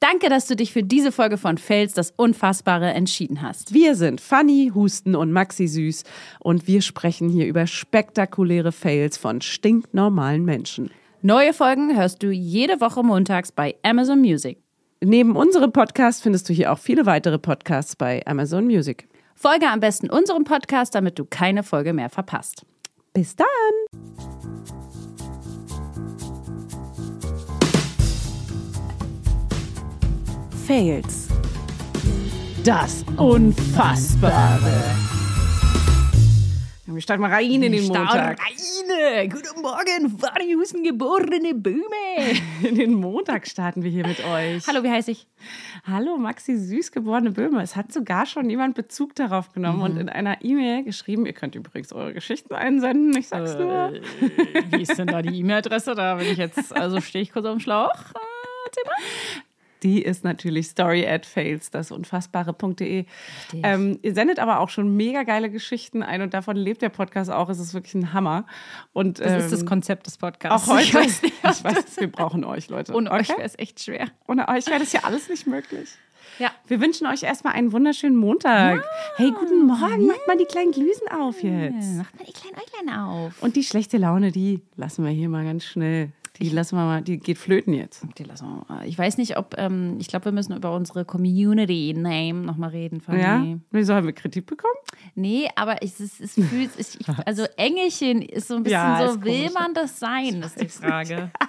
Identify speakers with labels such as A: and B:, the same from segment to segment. A: Danke, dass du dich für diese Folge von Fels das Unfassbare entschieden hast.
B: Wir sind Fanny, Husten und Maxi Süß und wir sprechen hier über spektakuläre Fails von stinknormalen Menschen.
A: Neue Folgen hörst du jede Woche montags bei Amazon Music.
B: Neben unserem Podcast findest du hier auch viele weitere Podcasts bei Amazon Music.
A: Folge am besten unserem Podcast, damit du keine Folge mehr verpasst.
B: Bis dann!
A: Fails.
B: Das Unfassbare. Wir starten mal rein in den Montag.
A: Eine. Guten Morgen, Variusen geborene Böhme.
B: In den Montag starten wir hier mit euch.
A: Hallo, wie heiße ich?
B: Hallo Maxi süß geborene Böhme. Es hat sogar schon jemand Bezug darauf genommen und in einer E-Mail geschrieben. Ihr könnt übrigens eure Geschichten einsenden, ich sag's nur.
A: Wie ist denn da die E-Mail-Adresse? Da bin ich jetzt, also stehe ich kurz auf dem Schlauch.
B: Die ist natürlich story at fails, das unfassbare.de. Ähm, ihr sendet aber auch schon mega geile Geschichten ein und davon lebt der Podcast auch. Es ist wirklich ein Hammer. Und,
A: Das ist das
B: ähm,
A: Konzept des Podcasts.
B: auch heute.
A: Ich weiß nicht,
B: ich weiß, wir brauchen euch, Leute.
A: ohne euch
B: Okay?
A: wäre es echt schwer.
B: Ohne euch wäre das ja alles nicht möglich.
A: Ja.
B: Wir wünschen euch erstmal einen wunderschönen Montag. Hey, guten Morgen. Macht mal die kleinen Glüsen auf jetzt.
A: Macht mal die kleinen Äuglein auf.
B: Und die schlechte Laune, die lassen wir hier mal ganz schnell. Die lassen wir mal, die geht flöten jetzt.
A: Die lassen wir mal. Ich weiß nicht, ob, ähm, ich glaube, wir müssen über unsere Community-Name nochmal reden, Fanny.
B: Ja? Wieso haben wir Kritik bekommen?
A: Nee, aber es, es, es fühlt sich, ich, also Engelchen ist so ein bisschen
B: Ja, ist
A: so, will
B: komisch.
A: man das sein, ist die Frage.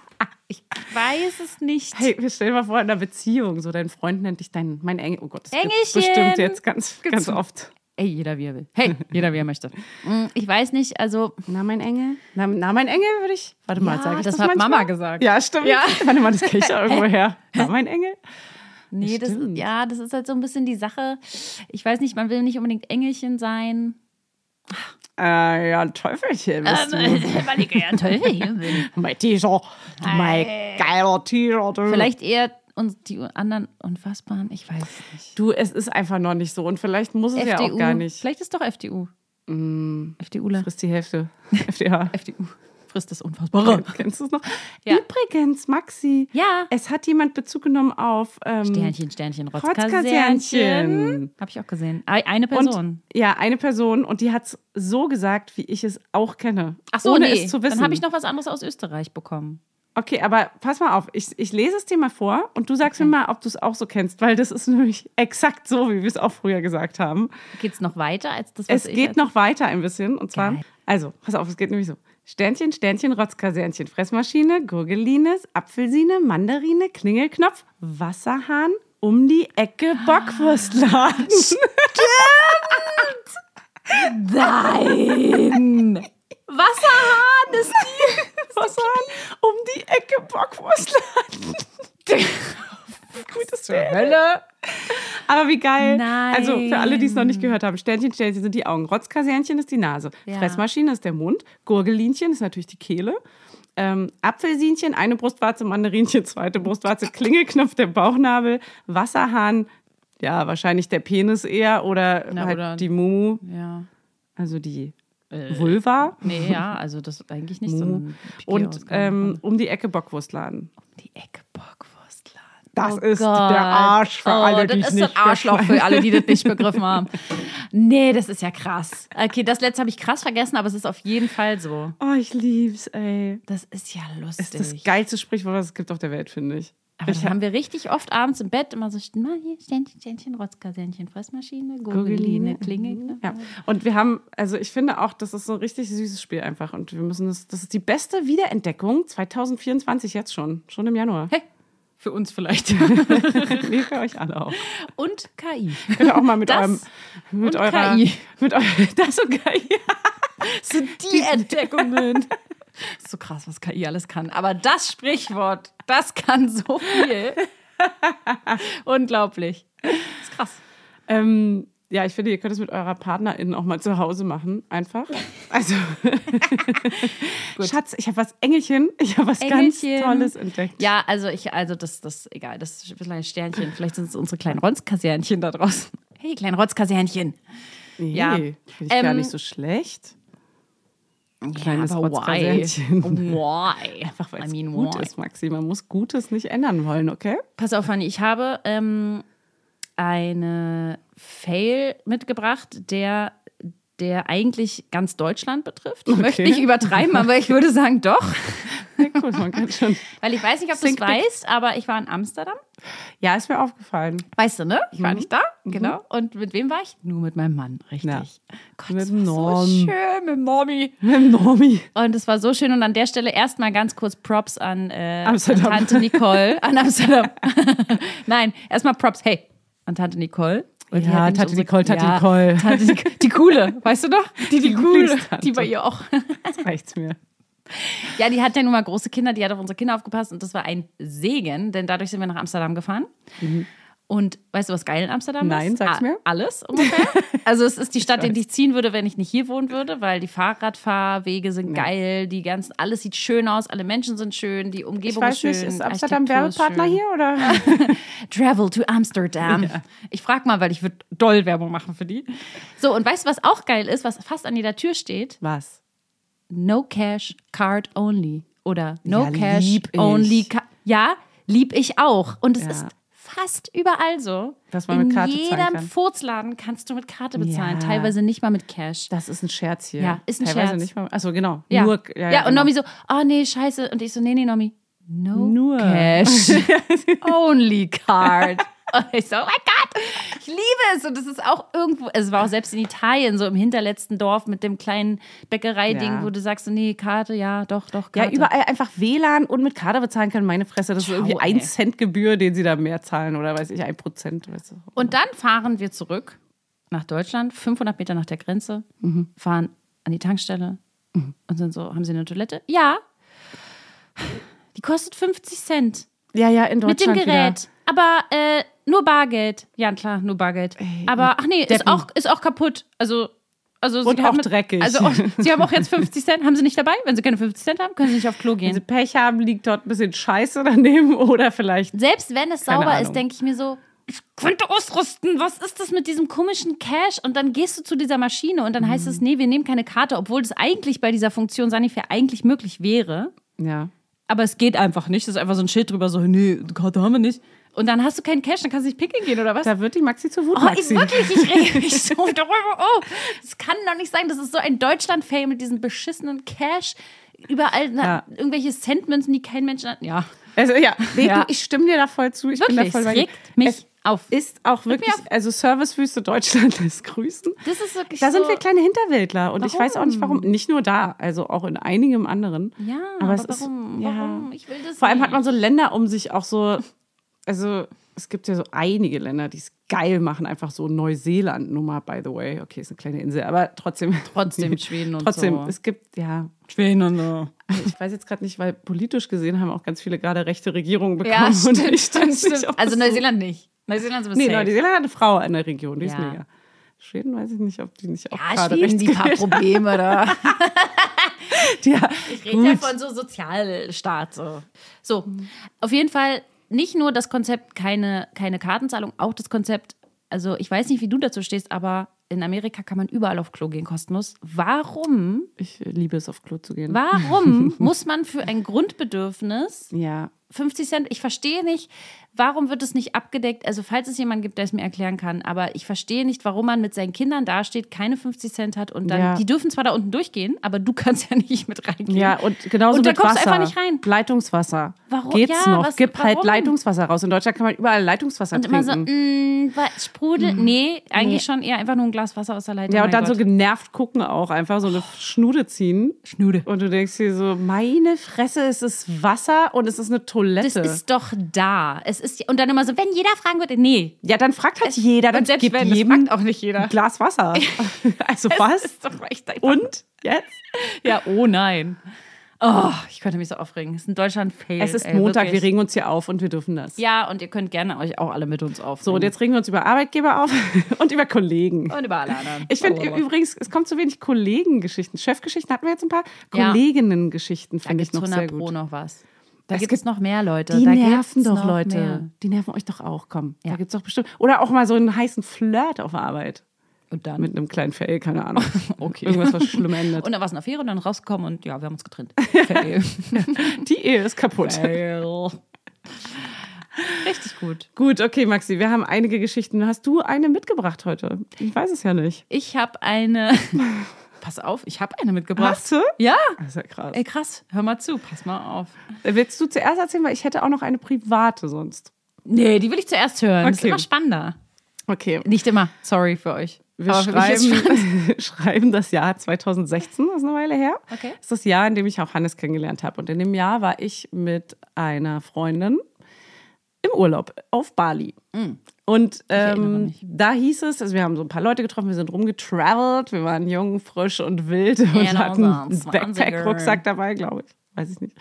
A: Ich weiß es nicht.
B: Hey, wir stellen mal vor, in einer Beziehung, so dein Freund nennt dich dein, mein Engel. Oh Gott, das gibt's
A: Engelchen.
B: bestimmt jetzt ganz,
A: Gibt's-
B: ganz oft.
A: Ey, jeder wie er will. Hey, jeder wie er möchte. Mm, Ich weiß nicht, also
B: Na, mein Engel? Na, na mein Engel würde ich. Warte mal,
A: Ja,
B: sage ich
A: das
B: das
A: hat
B: manchmal?
A: Mama gesagt.
B: Ja, stimmt.
A: Ja.
B: Warte mal, das kriege ich ja irgendwo her. Na, mein Engel?
A: Nee, das,
B: Stimmt.
A: ja, das ist halt so ein bisschen die Sache. Ich weiß nicht, man will nicht unbedingt Engelchen sein.
B: Äh, ja, Teufelchen bist
A: Ähm, weil ich ja toll hier bin.
B: du. Mein T-Shirt. Du Mein geiler T-Shirt. du.
A: Vielleicht eher uns die anderen Unfassbaren, ich weiß es nicht.
B: Du, es ist einfach noch nicht so. Und vielleicht muss es ja auch gar nicht. Mm.
A: Vielleicht ist doch FDU. FDUler.
B: Frisst die Hälfte. FDH.
A: FDU. Frisst das Unfassbare.
B: Kennst du es noch?
A: Ja.
B: Übrigens, Maxi.
A: Ja.
B: Es hat jemand Bezug genommen auf. Ähm,
A: Sternchen, Sternchen, Rotzkasernchen.
B: Rotzkasernchen.
A: Habe ich auch gesehen. Ei- Eine
B: Und,
A: Person.
B: ja, eine Person und die hat es so gesagt, wie ich es auch kenne.
A: Ach so,
B: ohne
A: Oh, nee.
B: es zu wissen.
A: Dann habe ich noch was anderes aus Österreich bekommen.
B: Okay, aber pass mal auf, ich, ich lese es dir mal vor und du sagst mir mal, ob du es auch so kennst, weil das ist nämlich exakt so, wie wir es auch früher gesagt haben.
A: Geht es noch weiter als das, was
B: Es
A: ich
B: geht
A: noch.
B: noch weiter ein bisschen und zwar,
A: Geil.
B: also, pass auf, es geht nämlich so. Sternchen, Sternchen, Rotzkasernchen, Fressmaschine, Gurgelines, Apfelsine, Mandarine, Klingelknopf, Wasserhahn, um die Ecke
A: Ah.
B: Bockwurstladen.
A: Nein! Wasserhahn ist
B: Wasserhahn, um die Ecke Bockwurstladen. Gutes Hölle. Aber wie geil.
A: Nein.
B: Also für alle, die es noch nicht gehört haben, Sternchen, Sternchen sind die Augen, Rotzkasernchen ist die Nase,
A: Ja.
B: Fressmaschine ist der Mund, Gurgelinchen ist natürlich die Kehle, ähm, Apfelsinchen, eine Brustwarze, Mandarinchen, zweite Brustwarze, Klingelknopf, der Bauchnabel, Wasserhahn, ja, wahrscheinlich der Penis eher oder
A: Na,
B: halt
A: oder- Äh,
B: die Mumu,
A: Ja.
B: also die Vulva.
A: Nee, ja, also das ist eigentlich nicht so ein Pipi
B: Mhm. Und
A: ausgegangen.
B: ähm, um die Ecke Bockwurstladen.
A: die Ecke Bockwurstladen.
B: Das
A: Oh
B: ist der
A: Gott.
B: Arsch für
A: oh,
B: alle,
A: das
B: die es
A: ist so ein
B: nicht
A: Arschloch
B: begreifen.
A: für alle, die das nicht begriffen haben. Nee, das ist ja krass. Okay, das letzte habe ich krass vergessen, aber es ist auf jeden Fall so.
B: Oh, ich lieb's, ey.
A: Das ist ja lustig.
B: Das ist das geilste Sprichwort, was es gibt auf der Welt, finde ich.
A: aber
B: ich
A: das haben wir richtig oft abends im Bett immer so mal hier Ständchen, Ständchen, Rotzkasernchen, Fressmaschine, Gurgeline,
B: Gurgeline.
A: Klingel. Ne?
B: Mhm. ja. Und wir haben, also ich finde auch, das ist so ein richtig süßes Spiel einfach. Und wir müssen das, das ist die beste Wiederentdeckung 2024 jetzt schon. Schon im Januar.
A: Hey, für uns vielleicht.
B: Nee, für euch alle auch.
A: Und KI.
B: Könnt ihr auch mal mit
A: Das
B: eurem, mit
A: und
B: eurer,
A: KI.
B: mit eurer, das und KI.
A: sind die Entdeckungen. Ist so krass, was KI alles kann. Aber das Sprichwort, das kann so viel. Unglaublich. Ist krass.
B: Ähm, ja, ich finde, ihr könnt es mit eurer Partnerin auch mal zu Hause machen, einfach. Also, Schatz, ich habe was Engelchen, ich habe was
A: Engelchen.
B: ganz Tolles entdeckt.
A: Ja, also ich, also das, das, egal, das kleine Sternchen. Vielleicht sind es unsere kleinen Rotzkasernchen da draußen. Hey, kleinen Rotzkasernchen.
B: nee,
A: ja.
B: finde ich gar
A: Ähm,
B: nicht so schlecht. kleines
A: aber why?
B: Rotzkaninchen.
A: Why?
B: Einfach weil
A: I
B: es
A: mean,
B: gut
A: why?
B: ist, Maxi. Man muss Gutes nicht ändern wollen, okay?
A: Pass auf, Fanny, ich habe ähm, eine Fail mitgebracht, der, der eigentlich ganz Deutschland betrifft. Ich
B: Okay.
A: möchte nicht übertreiben, aber ich würde sagen doch.
B: Ja, cool, man kann schon.
A: Weil ich weiß nicht, ob du es
B: Think big.
A: weißt, aber ich war in Amsterdam.
B: Ja, ist mir aufgefallen.
A: Weißt du, ne? Ich
B: Mhm.
A: war nicht da. Genau. Und mit wem war ich? Nur mit meinem Mann, richtig.
B: Ja.
A: Gott,
B: Mit
A: das
B: dem
A: war so
B: Norm.
A: schön mit Mommy.
B: Normi.
A: Und es war so schön. Und an der Stelle erstmal ganz kurz Props an äh, an
B: Amsterdam.
A: Tante Nicole. An Amsterdam. Nein, erstmal Props, hey, an Tante Nicole. Weil die
B: Ja,
A: hat nämlich
B: Tante
A: unsere-
B: Nicole, Tante Nicole.
A: Tante Nic- die coole, weißt du noch? Die, die,
B: Die
A: coole.
B: Lieblingstante.
A: Die bei ihr auch.
B: Jetzt reicht's mir.
A: Ja, die hat ja nun mal große Kinder, die hat auf unsere Kinder aufgepasst und das war ein Segen, denn dadurch sind wir nach Amsterdam gefahren. Und weißt du, was geil in Amsterdam ist?
B: Mhm. Nein, sag's
A: A-
B: mir.
A: Alles ungefähr. Also es ist die Stadt, in die ich ziehen würde, wenn ich nicht hier wohnen würde, weil die Fahrradfahrwege sind geil, die ganzen, alles sieht schön aus, alle Menschen sind schön, die
B: Ich
A: Umgebung ist
B: weiß
A: schön.
B: nicht, ist Amsterdam
A: Architektur ist
B: Werbepartner
A: schön.
B: hier oder?
A: Travel to Amsterdam. Ich frag mal, weil ich würde doll Werbung machen für die. So, und weißt du, was auch geil ist, was fast an jeder Tür steht?
B: Was?
A: No Cash Card Only oder No
B: Ja,
A: Cash
B: lieb ich.
A: Only. Ka ja, lieb ich auch. Und es
B: Ja.
A: ist fast überall so.
B: Dass man mit Karte
A: In
B: zahlen
A: jedem
B: kann.
A: Furzladen kannst du mit Karte bezahlen,
B: Ja.
A: teilweise nicht mal mit Cash.
B: Das ist ein Scherz hier.
A: Ja, ist ein
B: Teilweise
A: Scherz.
B: Nicht mal, achso, genau.
A: ja.
B: Nur,
A: ja, und
B: genau.
A: Nomi so, oh nee, scheiße. Und ich so, nee, nee, Nomi, no
B: Nur.
A: Cash Only Card. Und ich so, oh mein Gott, ich liebe es. Und es ist auch irgendwo, also es war auch selbst in Italien, so im hinterletzten Dorf mit dem kleinen Bäckereiding,
B: Ja.
A: wo du sagst, so, nee, Karte, ja, doch, doch, Karte.
B: Ja, überall einfach WLAN und mit Karte bezahlen können. Meine Fresse, das
A: Ciao,
B: ist irgendwie
A: ey.
B: ein Cent Gebühr, den sie da mehr zahlen oder weiß ich, ein Prozent. Weißt du.
A: Und dann fahren wir zurück nach Deutschland, 500 Meter nach der Grenze,
B: Mhm.
A: fahren an die Tankstelle und sind so, haben Sie eine Toilette? Ja. Die kostet 50 Cent
B: Ja, ja, in
A: mit dem
B: Deutschland.
A: Gerät. Aber äh, nur Bargeld. Ja, klar, nur Bargeld. Aber ach nee, ist
B: Deppen.
A: auch, ist auch kaputt. Also, also
B: Und
A: haben
B: auch dreckig.
A: Also auch, Sie haben auch jetzt 50 Cent, haben Sie nicht dabei? Wenn Sie keine 50 Cent haben, können Sie nicht auf Klo
B: Wenn sie
A: gehen.
B: Pech haben, liegt dort ein bisschen Scheiße daneben oder vielleicht.
A: Selbst wenn es
B: Keine
A: sauber
B: Ahnung.
A: ist, denke ich mir so, ich könnte ausrüsten. Was ist das mit diesem komischen Cash? Und dann gehst du zu dieser Maschine und dann heißt es, nee, wir nehmen keine Karte, obwohl das eigentlich bei dieser Funktion Sanifair eigentlich möglich wäre.
B: Ja.
A: Aber es geht einfach nicht. Es ist einfach so ein Schild drüber, so, nee, Karte haben wir nicht. Und dann hast du keinen Cash, dann kannst du nicht picken gehen oder was?
B: Da wird die Maxi zu Wut.
A: Oh, ich
B: Maxi.
A: wirklich, ich rege mich so darüber auf. Das kann doch nicht sein. Das ist so ein Deutschland-Fail mit diesem beschissenen Cash. Überall na,
B: Ja.
A: irgendwelche Centmünzen, die kein Mensch hat. Ja,
B: Also ja, nee,
A: Ja.
B: Du, ich stimme dir da voll zu. Ich bin da
A: wirklich,
B: voll
A: es
B: bei dir.
A: regt mich
B: Es
A: auf.
B: ist auch wirklich,
A: auf.
B: also Servicewüste Deutschland lässt grüßen.
A: Das ist wirklich
B: Da
A: so.
B: sind wir kleine Hinterwäldler und ich
A: Warum?
B: weiß auch nicht warum. Nicht nur da, also auch in einigem anderen.
A: Ja,
B: aber,
A: aber,
B: es ist
A: warum?
B: ja.
A: Warum? Ich will das
B: Vor allem
A: nicht.
B: hat man so Länder um sich auch so, also es gibt ja so einige Länder, die es geil machen, einfach so Neuseeland Nummer by the way. Okay, ist eine kleine Insel, aber trotzdem
A: Trotzdem Schweden und
B: trotzdem
A: so.
B: es gibt ja,
A: Schweden und so.
B: ich weiß jetzt gerade nicht, weil politisch gesehen haben auch ganz viele gerade rechte Regierungen bekommen
A: Ja, stimmt,
B: und ich weiß
A: stimmt.
B: nicht, ob
A: also
B: das
A: Neuseeland nicht. Neuseeland ist
B: So, nee,
A: safe.
B: Neuseeland hat eine Frau in der Region, die ist
A: Ja.
B: mega. Schweden weiß ich nicht, ob die nicht auch
A: ja,
B: gerade
A: Schweden,
B: rechts
A: die paar Probleme da.
B: Ja,
A: Ich rede ja von so Sozialstaat. So. so, Mhm. auf jeden Fall nicht nur das Konzept keine, keine Kartenzahlung, auch das Konzept, also ich weiß nicht, wie du dazu stehst, aber in Amerika kann man überall auf Klo gehen kostenlos. Warum,
B: Ich liebe es, auf Klo zu gehen.
A: warum muss man für ein Grundbedürfnis
B: Ja,
A: 50 Cent, ich verstehe nicht, warum wird es nicht abgedeckt? Also, falls es jemand gibt, der es mir erklären kann, aber ich verstehe nicht, warum man mit seinen Kindern dasteht, keine 50 Cent hat und dann,
B: Ja.
A: die dürfen zwar da unten durchgehen, aber du kannst ja nicht mit reingehen.
B: Ja, und genauso
A: Und da
B: mit
A: kommst du
B: Wasser.
A: einfach nicht rein.
B: Leitungswasser.
A: Warum?
B: Geht's
A: Ja,
B: noch?
A: was-
B: Gib halt
A: warum?
B: Leitungswasser raus. In Deutschland kann man überall Leitungswasser
A: Und immer
B: trinken. Mhm.
A: so, mh, was, Sprudel? Nee, eigentlich schon eher einfach nur ein Glas Wasser aus der Leitung.
B: ja, und
A: Oh mein
B: dann so
A: Gott.
B: genervt gucken auch, einfach so eine Schnude ziehen.
A: Schnude.
B: Und du denkst dir so, meine Fresse, es ist Wasser und es ist eine
A: Das
B: Toilette.
A: ist doch da. Es ist, und dann immer so, wenn jeder fragen würde, nee.
B: ja, dann fragt halt jeder, dann
A: Und selbst
B: gibt
A: wenn, das
B: jedem
A: fragt auch nicht jeder.
B: ein Glas Wasser. also was?
A: Ist doch echt einfach-
B: Und jetzt?
A: Ja, oh nein. Oh, ich könnte mich so aufregen. Es ist ein Deutschland-Fail.
B: Es ist
A: ey,
B: Montag,
A: wirklich.
B: wir regen uns hier auf und wir dürfen das.
A: Ja, und ihr könnt gerne euch auch alle mit uns aufregen.
B: So, und jetzt regen wir uns über Arbeitgeber auf und über Kollegen.
A: und über alle anderen. Oh.
B: Ich finde
A: Blablabla.
B: übrigens, es kommt zu wenig Kollegengeschichten. Chefgeschichten hatten wir jetzt ein paar.
A: Ja.
B: Kolleginnengeschichten
A: da
B: finde ich
A: gibt's
B: noch
A: 100
B: sehr
A: Pro
B: gut.
A: noch was. Da
B: Es
A: gibt es noch mehr Leute.
B: Die
A: da
B: nerven
A: gibt's
B: doch
A: noch
B: Leute.
A: Mehr.
B: Die nerven euch doch auch. Komm,
A: Ja.
B: da gibt's doch bestimmt. Oder auch mal so einen heißen Flirt auf der Arbeit.
A: Und dann?
B: Mit einem kleinen Fail, keine Ahnung.
A: Okay.
B: Irgendwas, was schlimm endet.
A: Und da war es eine Affäre und dann rausgekommen und ja, wir haben uns getrennt.
B: die Ehe ist kaputt.
A: Fail. Richtig gut.
B: Gut, okay, Maxi, wir haben einige Geschichten. Hast du eine mitgebracht heute? Ich weiß es ja nicht.
A: Ich habe eine. Pass auf, ich habe eine mitgebracht.
B: Hast du?
A: Ja.
B: Das ist ja krass.
A: Ey, krass. Hör mal zu. Pass mal auf.
B: Willst du zuerst erzählen, weil ich hätte auch noch eine private sonst.
A: Nee, die will ich zuerst hören. Das ist
B: Okay.
A: immer spannender.
B: Okay.
A: Nicht immer. Sorry für euch.
B: Wir
A: Aber für mich ist
B: schreiben, schreiben das Jahr 2016, das ist eine Weile her.
A: Okay.
B: Das ist das Jahr, in dem ich auch Hannes kennengelernt habe. Und in dem Jahr war ich mit einer Freundin im Urlaub auf Bali. Und
A: erinnere
B: ähm,
A: mich.
B: da hieß es, also wir haben so ein paar Leute getroffen, wir sind rumgetravelt, wir waren jung, frisch und wild und
A: Genau
B: hatten einen
A: so, 20er.
B: Backpack-Rucksack dabei, glaube ich. Weiß ich nicht.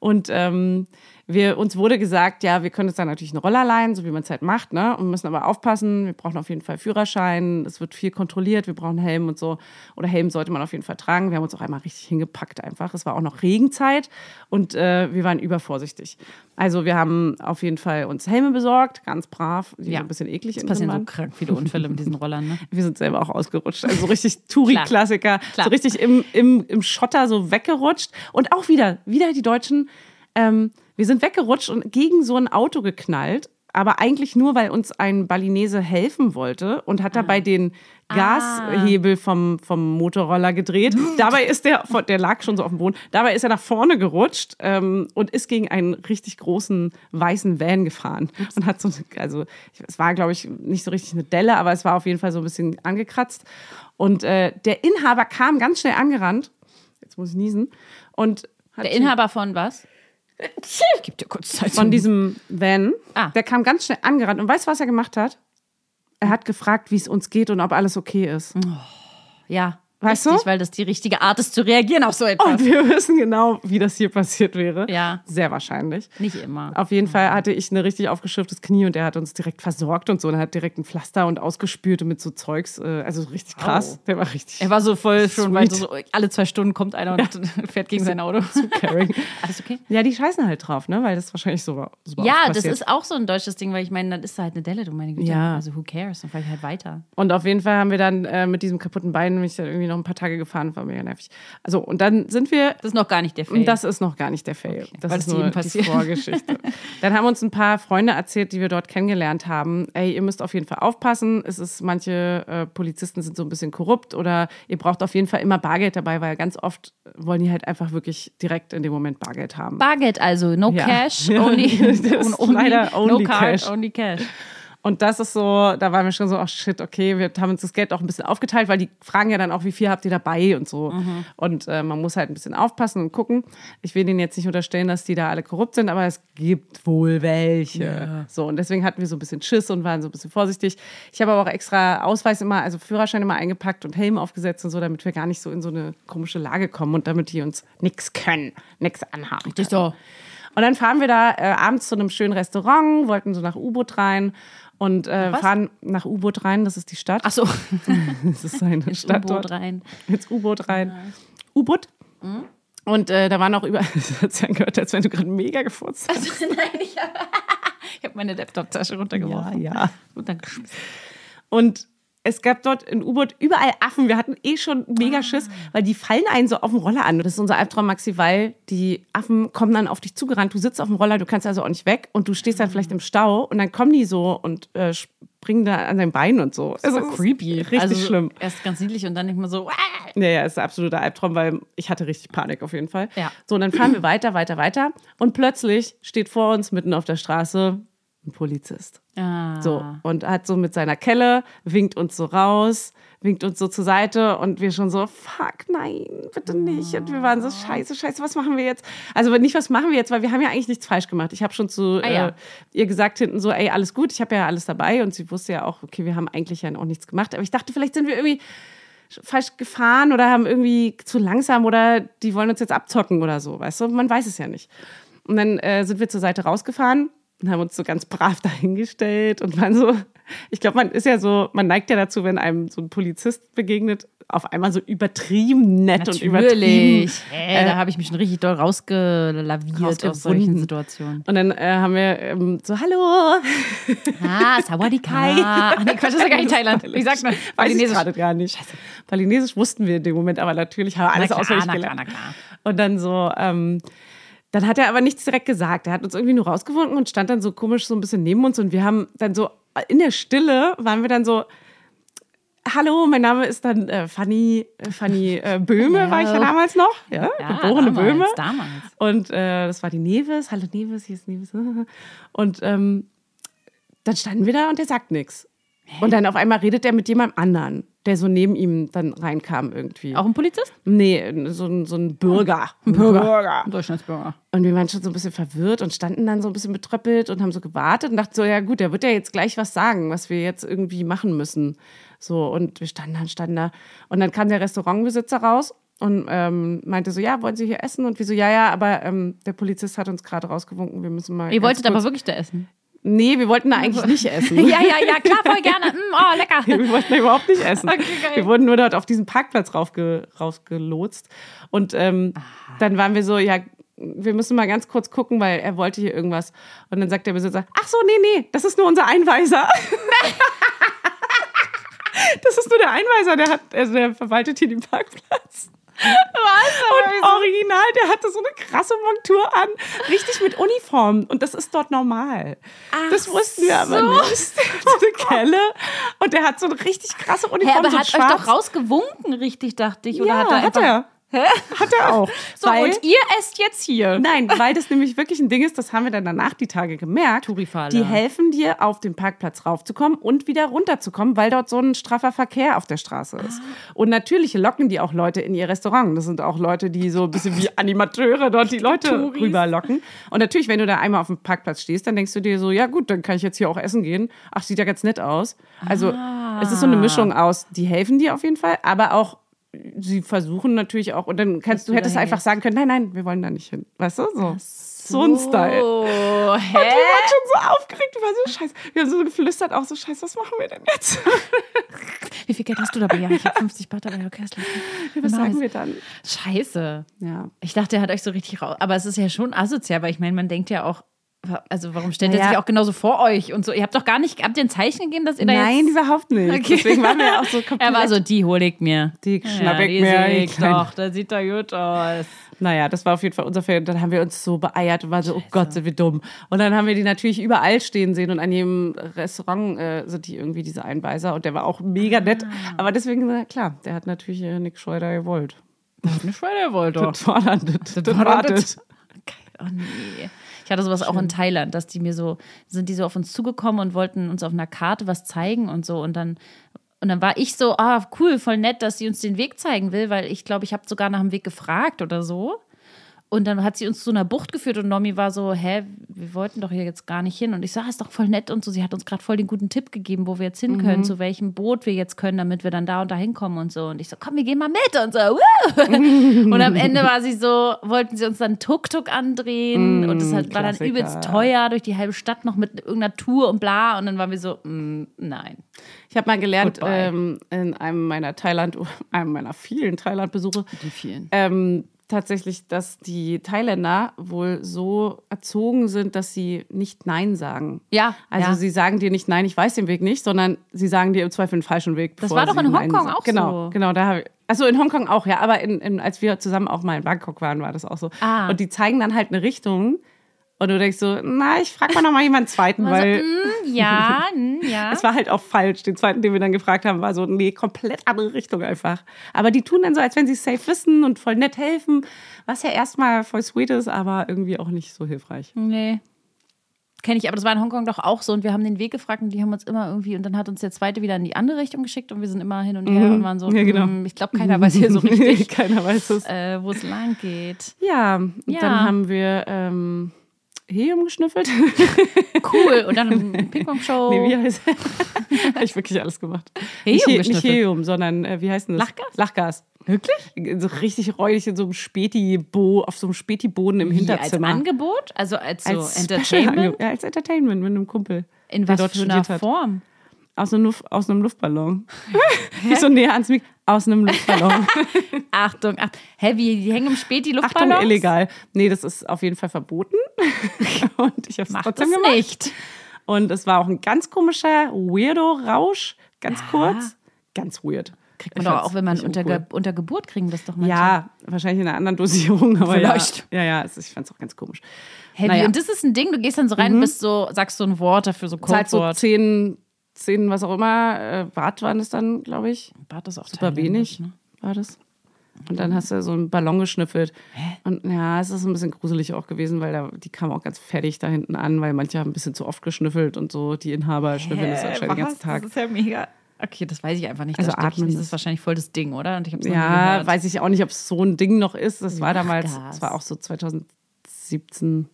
B: Und ähm, wir, uns wurde gesagt, ja, wir können uns dann natürlich einen Roller leihen, so wie man es halt macht, ne? Und müssen aber aufpassen, wir brauchen auf jeden Fall Führerschein, es wird viel kontrolliert, wir brauchen Helm und so. Oder Helm sollte man auf jeden Fall tragen. Wir haben uns auch einmal richtig hingepackt einfach. Es war auch noch Regenzeit und äh, wir waren übervorsichtig. Also wir haben auf jeden Fall uns Helme besorgt, ganz brav, die
A: Ja.
B: so ein bisschen eklig
A: Es
B: innen
A: passieren so
B: waren.
A: krank viele Unfälle mit diesen Rollern, ne?
B: Wir sind selber auch ausgerutscht. Also so richtig Touri-Klassiker.
A: Klar.
B: So richtig im, im, im Schotter so weggerutscht. Und auch wieder, wieder die Deutschen. Ähm, wir sind weggerutscht und gegen so ein Auto geknallt. Aber eigentlich nur, weil uns ein Balinese helfen wollte und
A: Ah.
B: hat dabei den Gashebel vom, vom Motorroller gedreht. Dabei ist der, von- der lag schon so auf dem Boden, dabei ist er nach vorne gerutscht ähm, und ist gegen einen richtig großen weißen Van gefahren. Und hat so, eine- also ich- es war, glaube ich, nicht so richtig eine Delle, aber es war auf jeden Fall so ein bisschen angekratzt. Und äh, der Inhaber kam ganz schnell angerannt. Jetzt muss ich niesen. Und hat
A: Der
B: so-
A: Inhaber von was? Ich geb dir kurz Zeit.
B: von diesem Van,
A: Ah.
B: der kam ganz schnell angerannt. Und weißt du, was er gemacht hat? Er hat gefragt, wie es uns geht und ob alles okay ist.
A: Mhm. Ja.
B: Weißt
A: richtig,
B: du?
A: Weil das die richtige Art ist, zu reagieren auf so etwas.
B: Und wir wissen genau, wie das hier passiert wäre.
A: Ja.
B: Sehr wahrscheinlich.
A: Nicht immer.
B: Auf jeden Fall hatte ich ein richtig aufgeschürftes Knie und er hat uns direkt versorgt und so. Und er hat direkt ein Pflaster und ausgespült und mit so Zeugs. äh, Also richtig krass. Der war richtig.
A: Er war so voll schon,
B: Sweet.
A: weil so, alle zwei Stunden kommt einer und fährt gegen sein Auto.
B: caring.
A: Alles okay?
B: ja, die scheißen halt drauf, ne? Weil das wahrscheinlich so war. So war
A: Ja,
B: auch
A: das
B: passiert.
A: ist auch so ein deutsches Ding, weil ich meine, dann ist da halt eine Delle, du meine Güte.
B: Ja.
A: Also who cares? Dann fahr ich halt weiter.
B: Und auf jeden Fall haben wir dann äh, mit diesem kaputten Bein mich dann irgendwie noch ein paar Tage gefahren, war mega nervig. Also, und dann sind wir
A: Das ist noch gar nicht der Fall.
B: Und das ist noch gar nicht der Fail. Das
A: Weil
B: ist
A: es jedem
B: nur die
A: passiert.
B: Vorgeschichte. Dann haben uns ein paar Freunde erzählt, die wir dort kennengelernt haben. Ey, ihr müsst auf jeden Fall aufpassen. Es ist, manche äh, Polizisten sind so ein bisschen korrupt oder ihr braucht auf jeden Fall immer Bargeld dabei, weil ganz oft wollen die halt einfach wirklich direkt in dem Moment Bargeld haben.
A: Bargeld also, no
B: Ja.
A: cash,
B: Ja,
A: only,
B: das ist
A: only,
B: leider
A: no
B: only
A: card,
B: cash.
A: only cash.
B: Und das ist so, da waren wir schon so, ach shit, okay, wir haben uns das Geld auch ein bisschen aufgeteilt, weil die fragen ja dann auch, wie viel habt ihr dabei und so. Und äh, man muss halt ein bisschen aufpassen und gucken. Ich will denen jetzt nicht unterstellen, dass die da alle korrupt sind, aber es gibt wohl welche. So, und deswegen hatten wir so ein bisschen Schiss und waren so ein bisschen vorsichtig. Ich habe aber auch extra Ausweis immer, also Führerschein immer eingepackt und Helm aufgesetzt und so, damit wir gar nicht so in so eine komische Lage kommen und damit die uns nichts können, nichts anhaben.
A: Richtig so.
B: Und dann fahren wir da äh, abends zu einem schönen Restaurant, wollten so nach U-Boot rein und äh,
A: was?
B: fahren nach U-Boot rein, das ist die Stadt.
A: Achso,
B: das ist eine
A: ins
B: Stadt
A: U-Boot
B: dort.
A: rein. Mhm.
B: Ins U-Boot rein. U-Boot. Und äh, da waren auch über, das hat sich angehört, als wenn du gerade mega gefurzt hast.
A: Nein, ich habe hab meine Laptop-Tasche runtergeworfen.
B: ja.
A: Und dann geschmissen.
B: Und es gab dort in U-Boot überall Affen. Wir hatten eh schon mega Schiss,
A: Ah.
B: weil die fallen einen so auf dem Roller an. Das ist unser Albtraum, Maxi, weil die Affen kommen dann auf dich zugerannt. Du sitzt auf dem Roller, du kannst also auch nicht weg und du stehst
A: Mhm.
B: dann vielleicht im Stau und dann kommen die so und äh, springen da an dein Bein und so. Es ist Richtig
A: also,
B: schlimm.
A: Erst ganz niedlich und dann nicht mehr so. Ah. "Wah!"
B: Naja, es ist ein absoluter Albtraum, weil ich hatte richtig Panik auf jeden Fall.
A: Ja.
B: So, und dann fahren wir weiter, weiter, weiter. Und plötzlich steht vor uns mitten auf der Straße ein Polizist.
A: Ah.
B: So, und hat so mit seiner Kelle, winkt uns so raus, winkt uns so zur Seite und wir schon so, fuck, nein, bitte nicht. Und wir
A: Ah.
B: waren so, scheiße, scheiße, was machen wir jetzt? Also nicht, was machen wir jetzt, weil wir haben ja eigentlich nichts falsch gemacht. Ich habe schon zu
A: Ah, ja.
B: äh, ihr gesagt hinten so, ey, alles gut, ich habe ja alles dabei. Und sie wusste ja auch, okay, wir haben eigentlich ja auch nichts gemacht. Aber ich dachte, vielleicht sind wir irgendwie falsch gefahren oder haben irgendwie zu langsam oder die wollen uns jetzt abzocken oder so, weißt du? Man weiß es ja nicht. Und dann äh, sind wir zur Seite rausgefahren und haben uns so ganz brav dahingestellt und waren so, ich glaube, man ist ja so, man neigt ja dazu, wenn einem so ein Polizist begegnet, auf einmal so übertrieben nett
A: Natürlich.
B: und übertrieben.
A: Äh, da habe ich mich schon richtig doll rausgelaviert aus solchen
B: Rausgewunden.
A: Situationen.
B: Und dann äh, haben wir ähm, so, hallo.
A: Ah, Sawadika. Ach Ah, nee, Quatsch, das ist ja gar nicht Thailand. Ich sag's mal,
B: Weiß ich
A: Balinesisch.
B: gerade gar nicht. Balinesisch wussten wir in dem Moment, aber natürlich haben wir alles
A: klar,
B: auswendig
A: na klar,
B: gelernt.
A: na klar.
B: Und dann so, ähm, dann hat er aber nichts direkt gesagt. Er hat uns irgendwie nur rausgewunken und stand dann so komisch so ein bisschen neben uns und wir haben dann so, in der Stille waren wir dann so, Hallo, mein Name ist dann äh, Fanny, äh, Fanny äh, Böhme, war ich ja
A: Hallo.
B: damals noch, ja,
A: Ja,
B: geborene
A: damals,
B: Böhme.
A: damals.
B: Und äh, das war die Neves, hallo Neves, hier ist Neves. Und ähm, dann standen wir da und der sagt nichts. Und dann auf einmal redet er mit jemandem anderen, der so neben ihm dann reinkam irgendwie.
A: Auch ein Polizist?
B: Nee, so ein, so ein Bürger. Ein
A: Ein Durchschnittsbürger.
B: Und wir waren schon so ein bisschen verwirrt und standen dann so ein bisschen betröppelt und haben so gewartet und dachten so, ja gut, der wird ja jetzt gleich was sagen, was wir jetzt irgendwie machen müssen. So, und wir standen da und standen da. Und dann kam der Restaurantbesitzer raus und ähm, meinte so, ja, wollen Sie hier essen? Und wir so, ja, ja, aber ähm, der Polizist hat uns gerade rausgewunken, wir müssen mal.
A: Ihr
B: ganz
A: wolltet
B: kurz-
A: aber wirklich da essen.
B: Nee, wir wollten da eigentlich nicht essen.
A: Ja, ja, ja, klar, voll gerne. Mm, oh, lecker.
B: Wir wollten da überhaupt nicht essen.
A: Okay, geil.
B: Wir wurden nur dort auf diesen Parkplatz raufge rausgelotst. Und ähm, dann waren wir so, ja, wir müssen mal ganz kurz gucken, weil er wollte hier irgendwas. Und dann sagt der Besitzer, ach so, nee, nee, das ist nur unser Einweiser. das ist nur der Einweiser, der hat, also der verwaltet hier den Parkplatz. Und original, der hatte so eine krasse Montur an, richtig mit Uniform. Und das ist dort normal. das wussten wir aber
A: so.
B: nicht. Diese Kelle. Und der hat so eine richtig krasse Uniform.
A: Hä, aber
B: so
A: hat euch
B: schwarz.
A: doch rausgewunken, richtig, dachte ich. Oder
B: Ja,
A: hat er
B: hat
A: einfach...
B: er. Hat er auch.
A: So,
B: weil,
A: und ihr esst jetzt hier.
B: nein, weil das nämlich wirklich ein Ding ist, das haben wir dann danach die Tage gemerkt.
A: Tourifahrer.
B: Die helfen dir, auf den Parkplatz raufzukommen und wieder runterzukommen, weil dort so ein straffer Verkehr auf der Straße ist. Und natürlich locken die auch Leute in ihr Restaurant. Das sind auch Leute, die so ein bisschen wie Animateure dort die Leute
A: Touris.
B: rüberlocken. Und natürlich, wenn du da einmal auf dem Parkplatz stehst, dann denkst du dir so, ja gut, dann kann ich jetzt hier auch essen gehen. Ach, sieht ja ganz nett aus. Also es ist so eine
A: Ah.
B: Mischung aus, die helfen dir auf jeden Fall, aber auch Sie versuchen natürlich auch, und dann kannst du,
A: du
B: hättest
A: da
B: einfach sagen können, nein, nein, wir wollen da nicht hin. Weißt du? So, so ein Style.
A: Oh,
B: Und wir
A: hä?
B: waren schon so aufgeregt, wir waren so scheiße. Wir haben so geflüstert auch so scheiße, was machen wir denn jetzt?
A: Wie viel Geld hast du dabei? Ja, ich habe 50 Baht dabei. Okay, das läuft.
B: Was sagen
A: Nice.
B: wir dann?
A: Scheiße.
B: Ja.
A: Ich dachte, er hat euch so richtig raus. Aber es ist ja schon asozial, weil ich meine, man denkt ja auch, also warum stellt er
B: Naja.
A: sich auch genauso vor euch und so? Ihr habt doch gar nicht, habt ihr ein Zeichen gegeben, dass ihr da
B: Nein,
A: jetzt...
B: überhaupt nicht.
A: Okay.
B: Deswegen waren wir ja auch so komplett.
A: Er war so, die hol ich mir.
B: Die schnapp ich
A: die
B: mir,
A: seh
B: die
A: Ich
B: Kleine.
A: doch, das sieht doch gut aus.
B: Naja, das war auf jeden Fall unser Fehler. Und dann haben wir uns so beeiert und waren so, oh Gott, sind wir dumm. Und dann haben wir die natürlich überall stehen sehen und an jedem Restaurant äh, sind die irgendwie diese Einweiser und der war auch mega nett.
A: Ah.
B: Aber deswegen, na klar, der hat natürlich äh, Nick Schreuder gewollt.
A: Eine Schwelle wollte doch.
B: Das war dann das. Das
A: war
B: war
A: dann
B: das.
A: Oh nee. Ich hatte sowas auch in Thailand, dass die mir so, sind die so auf uns zugekommen und wollten uns auf einer Karte was zeigen und so. Und dann, und dann war ich so, ah, cool, voll nett, dass sie uns den Weg zeigen will, weil ich glaube, ich habe sogar nach dem Weg gefragt oder so. Und dann hat sie uns zu einer Bucht geführt und Nomi war so, hä, wir wollten doch hier jetzt gar nicht hin. Und ich so, ah, ist doch voll nett und so. Sie hat uns gerade voll den guten Tipp gegeben, wo wir jetzt hin
B: Mhm.
A: können, zu welchem Boot wir jetzt können, damit wir dann da und da hinkommen und so. Und ich so, komm, wir gehen mal mit und so. Woo! und am Ende war sie so, wollten sie uns dann Tuk-Tuk andrehen und das hat, war dann
B: Mm, Klassiker.
A: übelst teuer durch die halbe Stadt noch mit irgendeiner Tour und bla. Und dann waren wir so, mm, nein.
B: Ich habe mal gelernt
A: Goodbye.
B: ähm, in einem meiner Thailand, einem meiner vielen Thailand-Besuche,
A: Die vielen.
B: ähm, tatsächlich, dass die Thailänder wohl so erzogen sind, dass sie nicht Nein sagen.
A: Ja,
B: Also
A: ja.
B: sie sagen dir nicht Nein, ich weiß den Weg nicht, sondern sie sagen dir im Zweifel den falschen Weg.
A: Das
B: bevor
A: war doch
B: sie
A: in
B: Nein
A: Hongkong
B: sagen.
A: auch
B: genau,
A: so.
B: Genau, da habe ich. Also in Hongkong auch, ja, aber in, in, als wir zusammen auch mal in Bangkok waren, war das auch so.
A: Ah.
B: Und die zeigen dann halt eine Richtung und du denkst so, na, ich frage mal noch mal jemanden zweiten, weil
A: Mm, ja, mm, ja.
B: es war halt auch falsch. Den zweiten, den wir dann gefragt haben, war so, nee, komplett andere Richtung einfach. Aber die tun dann so, als wenn sie safe wissen und voll nett helfen, was ja erstmal voll sweet ist, aber irgendwie auch nicht so hilfreich.
A: Nee. Kenne ich, aber das war in Hongkong doch auch so. Und wir haben den Weg gefragt und die haben uns immer irgendwie, und dann hat uns der zweite wieder in die andere Richtung geschickt und wir sind immer hin und her und waren so,
B: Ja, genau.
A: "Hm, ich glaube, keiner weiß hier so
B: Nee,
A: richtig,
B: Keiner weiß es.
A: äh, wo es lang geht.
B: Ja, und
A: Ja.
B: dann haben wir ähm, Helium geschnüffelt.
A: Cool. Und dann eine Ping-Pong-Show.
B: Nee, wie heißt Habe ich wirklich alles gemacht.
A: Helium
B: nicht, He- nicht
A: geschnüffelt?
B: Oh. Helium, sondern äh, wie heißt denn das?
A: Lachgas?
B: Lachgas. Wirklich? So richtig räudig in so einem Späti-Bo, auf so einem Späti-Boden im
A: Wie, als
B: Hinterzimmer.
A: Angebot? Also als so
B: Special
A: Entertainment?
B: Ange- Ja, als Entertainment mit einem Kumpel.
A: In
B: der
A: was
B: dort
A: für einer
B: studiert hat.
A: Form?
B: Aus einem, Luft, aus einem Luftballon. ich so näher ans Mikro. aus einem Luftballon.
A: Achtung, ach, hä, wie, die hängen im Späti
B: Achtung,
A: Luftballons?
B: illegal. Nee, das ist auf jeden Fall verboten. Und ich habe es
A: Macht
B: trotzdem
A: das
B: gemacht.
A: nicht.
B: Und es war auch ein ganz komischer Weirdo-Rausch, ganz kurz. Ganz weird.
A: Kriegt man
B: Ich
A: doch
B: fand's
A: auch, wenn man
B: nicht
A: unter,
B: uncool.
A: Ge unter Geburt kriegen das doch manche.
B: Ja, wahrscheinlich in einer anderen Dosierung, aber
A: Vielleicht.
B: ja. Ja, ja, es ist, ich fand's auch ganz komisch.
A: Hey, wie-
B: Naja.
A: Und das ist ein Ding, du gehst dann so rein und bist so, sagst so ein Wort dafür, so
B: Zahlt halt so
A: Codewort.
B: zehn, zehn, was auch immer, äh, Bart waren es dann, glaube ich.
A: War das auch
B: Super wenig
A: ne?
B: war das. Und dann hast du so einen Ballon geschnüffelt. Und ja, es ist ein bisschen gruselig auch gewesen, weil da, die kamen auch ganz fertig da hinten an, weil manche haben ein bisschen zu oft geschnüffelt und so. Die Inhaber schnüffeln das anscheinend den ganzen Tag.
A: Das ist ja mega. Okay, das weiß ich einfach nicht.
B: Also
A: da steck ich
B: atmen
A: nicht. Das
B: ist-
A: ist wahrscheinlich voll das Ding, oder? Und ich hab's noch nie
B: Ja,
A: gehört.
B: weiß ich auch nicht, ob es so ein Ding noch ist. Das war
A: Mach
B: damals,
A: das.
B: das war auch so 2017,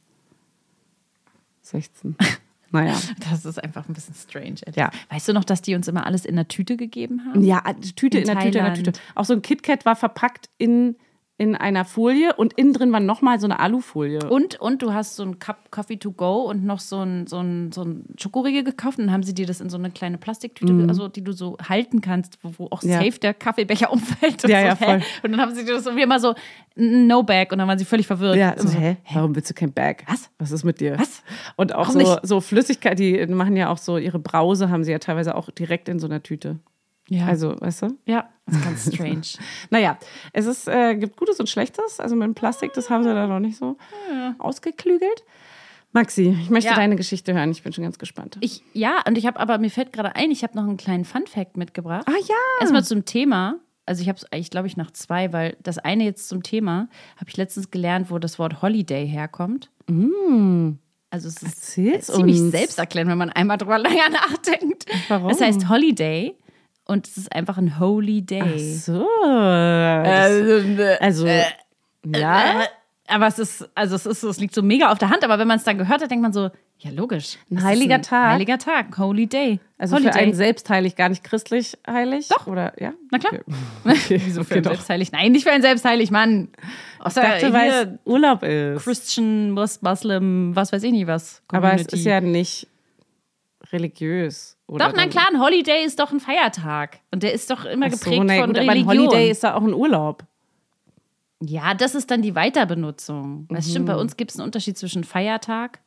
B: 16. Naja.
A: Das ist einfach ein bisschen strange. ehrlich.
B: Ja.
A: Weißt du noch, dass die uns immer alles in der Tüte gegeben haben?
B: Ja, Tüte in,
A: In
B: der Tüte, in der
A: Thailand.
B: Tüte. Auch so ein KitKat war verpackt in, in einer Folie und innen drin war nochmal so eine Alufolie.
A: Und, und du hast so einen Cup Coffee to go und noch so einen so ein, so ein Schokoriegel gekauft und dann haben sie dir das in so eine kleine Plastiktüte, ge- also die du so halten kannst, wo, wo auch
B: Mhm. Ja.
A: safe der Kaffeebecher umfällt. Und,
B: Ja,
A: so,
B: ja,
A: hä?
B: voll.
A: und dann haben sie dir das irgendwie immer so, "N- no bag. Und dann waren sie völlig verwirrt.
B: ja, so,
A: Also,
B: hä? Warum willst du kein Bag?
A: Was?
B: Was ist mit dir?
A: Was?
B: Und auch
A: Warum
B: so,
A: nicht?
B: so Flüssigkeit, die machen ja auch so ihre Brause, haben sie ja teilweise auch direkt in so einer Tüte.
A: Ja, also.
B: Also, weißt du?
A: ja, das ist ganz strange.
B: Naja, es ist, äh, gibt Gutes und Schlechtes. Also mit dem Plastik, das haben sie da noch nicht so ausgeklügelt. Maxi, ich möchte
A: Ja.
B: deine Geschichte hören. Ich bin schon ganz gespannt.
A: Ich, ja, und ich habe aber, mir fällt gerade ein, ich habe noch einen kleinen Fun-Fact mitgebracht.
B: ah ja.
A: Erstmal zum Thema. Also ich habe es eigentlich, glaube ich, nach zwei, weil das eine jetzt zum Thema habe ich letztens gelernt, wo das Wort Holiday herkommt. Also es ist
B: Erzähl's
A: ziemlich
B: Mm. uns.
A: selbsterklärend, wenn man einmal drüber länger nachdenkt.
B: Warum?
A: Es heißt Holiday und es ist einfach ein Holy
B: Ach
A: Day.
B: so.
A: Ähm,
B: Das, also,
A: äh,
B: ja.
A: aber es ist, also es ist, es liegt so mega auf der Hand, aber wenn man es dann gehört hat, denkt man so, ja logisch. es ist
B: heiliger
A: ein
B: Tag.
A: Heiliger Tag, Holy Day.
B: Also
A: Holiday.
B: für einen selbst heilig, gar nicht christlich heilig. Doch. Oder, ja?
A: Na klar.
B: Okay.
A: Wieso für
B: okay,
A: einen
B: doch.
A: selbstheilig? Nein, nicht für einen selbstheilig, Mann. Außer
B: Ich dachte,
A: Äh, hier
B: weil es Urlaub ist.
A: Christian, Mus- Muslim, was weiß ich nicht was.
B: Aber es
A: Community.
B: ist ja nicht religiös. Oder
A: Doch, na
B: dann-
A: klar, ein Holiday ist doch ein Feiertag. Und der ist doch immer
B: Ach so,
A: geprägt
B: na ja,
A: von
B: gut, aber
A: Religion.
B: ein Holiday ist da auch ein Urlaub.
A: ja, das ist dann die Weiterbenutzung.
B: Mhm.
A: Das stimmt, bei uns gibt es einen Unterschied zwischen Feiertag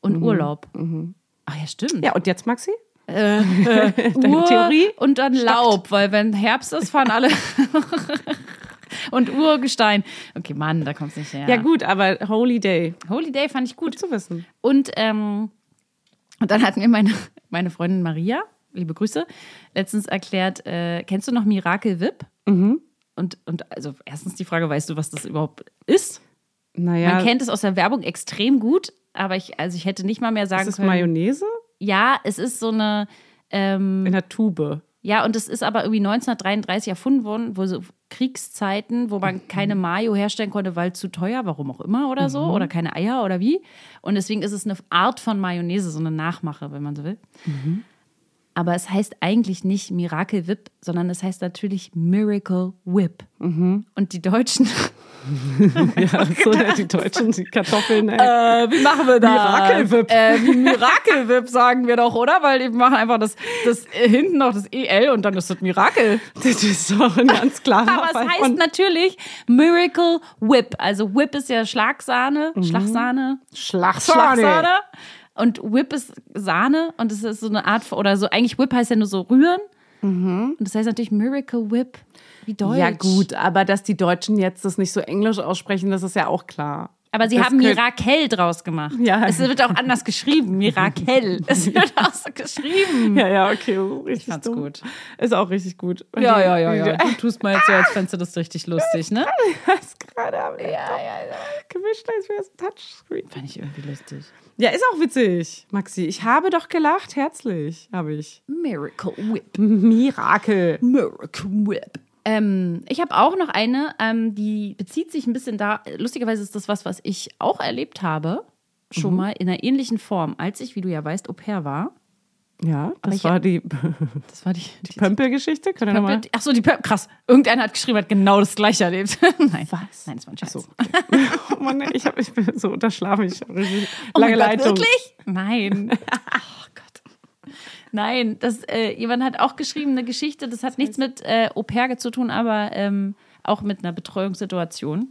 A: und Urlaub. Ach ja, stimmt.
B: mhm. Ja, und jetzt, Maxi?
A: Deine Äh, Uhr
B: Theorie?
A: und dann Laub, weil wenn Herbst ist, fahren alle. und Urgestein. Okay, Mann, da kommt's nicht her.
B: Ja, gut, aber Holiday.
A: Holiday fand ich gut.
B: Gut zu wissen.
A: Und, ähm, und dann hat mir meine, meine Freundin Maria, liebe Grüße, letztens erklärt, äh, kennst du noch Miracle Whip?
B: Mhm.
A: Und, und also erstens die Frage, weißt du, was das überhaupt ist?
B: Naja,
A: Man kennt es aus der Werbung extrem gut, aber ich, also ich hätte nicht mal mehr sagen
B: ist es
A: können.
B: Mayonnaise?
A: ja, es ist so eine, ähm,
B: In der Tube.
A: ja, und es ist aber irgendwie 1933 erfunden worden, wo so Kriegszeiten, wo man keine Mayo herstellen konnte, weil zu teuer, warum auch immer oder so, oder keine Eier oder wie. Und deswegen ist es eine Art von Mayonnaise, so eine Nachmache, wenn man so will. Mhm. Aber es heißt eigentlich nicht Miracle Whip, sondern es heißt natürlich Miracle Whip. Und die Deutschen,
B: Ja, so die Deutschen, die Kartoffeln.
A: Äh,
B: Ey.
A: wie machen wir
B: das?
A: Äh, Miracle Whip sagen wir doch, oder? Weil die machen einfach das, das hinten noch das EL und dann ist das Miracle.
B: Das ist doch ein ganz klarer
A: Aber
B: Fall
A: es heißt
B: von
A: natürlich Miracle Whip. Also Whip ist ja Schlagsahne, Schlagsahne, Schlagsahne.
B: Schlagsahne.
A: Und Whip ist Sahne und es ist so eine Art von- oder so eigentlich Whip heißt ja nur so rühren. Und das heißt natürlich Miracle Whip. Wie deutsch.
B: Ja gut, aber dass die Deutschen jetzt das nicht so englisch aussprechen, das ist ja auch klar.
A: Aber sie
B: Das
A: haben
B: könnt-
A: Mirakel draus gemacht.
B: Ja.
A: Es wird auch anders geschrieben. Mirakel. Es wird auch so geschrieben.
B: Ja, ja, okay. oh, Richtig Hm. ich
A: fand's gut.
B: Ist auch richtig gut.
A: Du tust mal jetzt so, als fändest du das richtig lustig, ne?
B: Das gerade am ja, ja, ja. gemischt, als wäre es ein Touchscreen.
A: Fand ich irgendwie lustig.
B: Ja, ist auch witzig, Maxi. Ich habe doch gelacht, herzlich habe ich.
A: Miracle Whip.
B: Mirakel.
A: American Whip. Ähm, ich habe auch noch eine, ähm, die bezieht sich ein bisschen da. Lustigerweise ist das was, was ich auch erlebt habe, schon mal in einer ähnlichen Form, als ich, wie du ja weißt, Au pair war.
B: Ja, das
A: ich-
B: war die
A: Das war die, die,
B: Pömpel-Geschichte. Könnt ihr nochmal?
A: Pömpel- Ach so, die Pömpel. Krass. Irgendeiner hat geschrieben, hat genau das gleiche erlebt. Nein.
B: Was?
A: Nein, das war ein Scherz.
B: Ach so. Oh Mann, ey, ich, hab, ich bin so unterschlafen. Ich habe richtig
A: Oh
B: lange
A: mein Gott,
B: Leitung.
A: Wirklich? Nein. Ach Oh Gott. Nein, das, äh, jemand hat auch geschrieben, eine Geschichte, das hat nichts mit äh, Au-pair zu tun, aber ähm, auch mit einer Betreuungssituation.